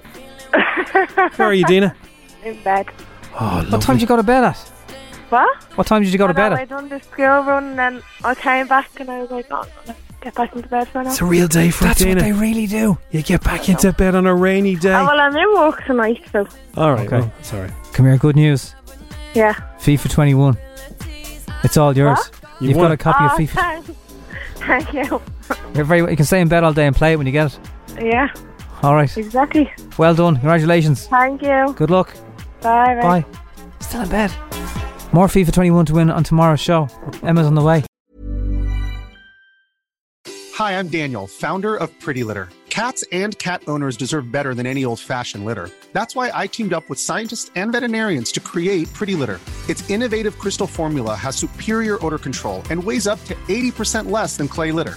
Speaker 25: Where are you, Dina?
Speaker 12: In bed.
Speaker 25: Oh,
Speaker 4: what time did you go to bed at?
Speaker 12: What?
Speaker 4: What time did you go to
Speaker 12: And I
Speaker 4: bed at?
Speaker 12: went on the school run and then I came back and I was like, oh, I'm gonna get back into bed for now.
Speaker 25: It's a real day for
Speaker 4: That's
Speaker 25: Dina.
Speaker 4: what they really do.
Speaker 25: You get back into bed on a rainy day.
Speaker 12: Oh, well, I'm in work tonight, so
Speaker 25: All right.
Speaker 4: Okay.
Speaker 25: well, sorry.
Speaker 4: Come here, good news.
Speaker 12: yeah.
Speaker 4: FIFA 21. It's all yours.
Speaker 12: What?
Speaker 4: You've got a copy of
Speaker 12: Oh,
Speaker 4: FIFA.
Speaker 12: Thank you.
Speaker 4: You're very, you can stay in bed all day and play it when you get it.
Speaker 12: Yeah,
Speaker 4: All right.
Speaker 12: exactly.
Speaker 4: Well done. Congratulations.
Speaker 12: Thank you.
Speaker 4: Good luck.
Speaker 12: Bye. Bye.
Speaker 4: Bye. Still in bed. More FIFA 21 to win on tomorrow's show. Emma's on the way.
Speaker 26: Hi, I'm Daniel, founder of Pretty Litter. Cats and cat owners deserve better than any old fashioned litter. That's why I teamed up with scientists and veterinarians to create Pretty Litter. Its innovative crystal formula has superior odor control and weighs up to 80% less than clay litter.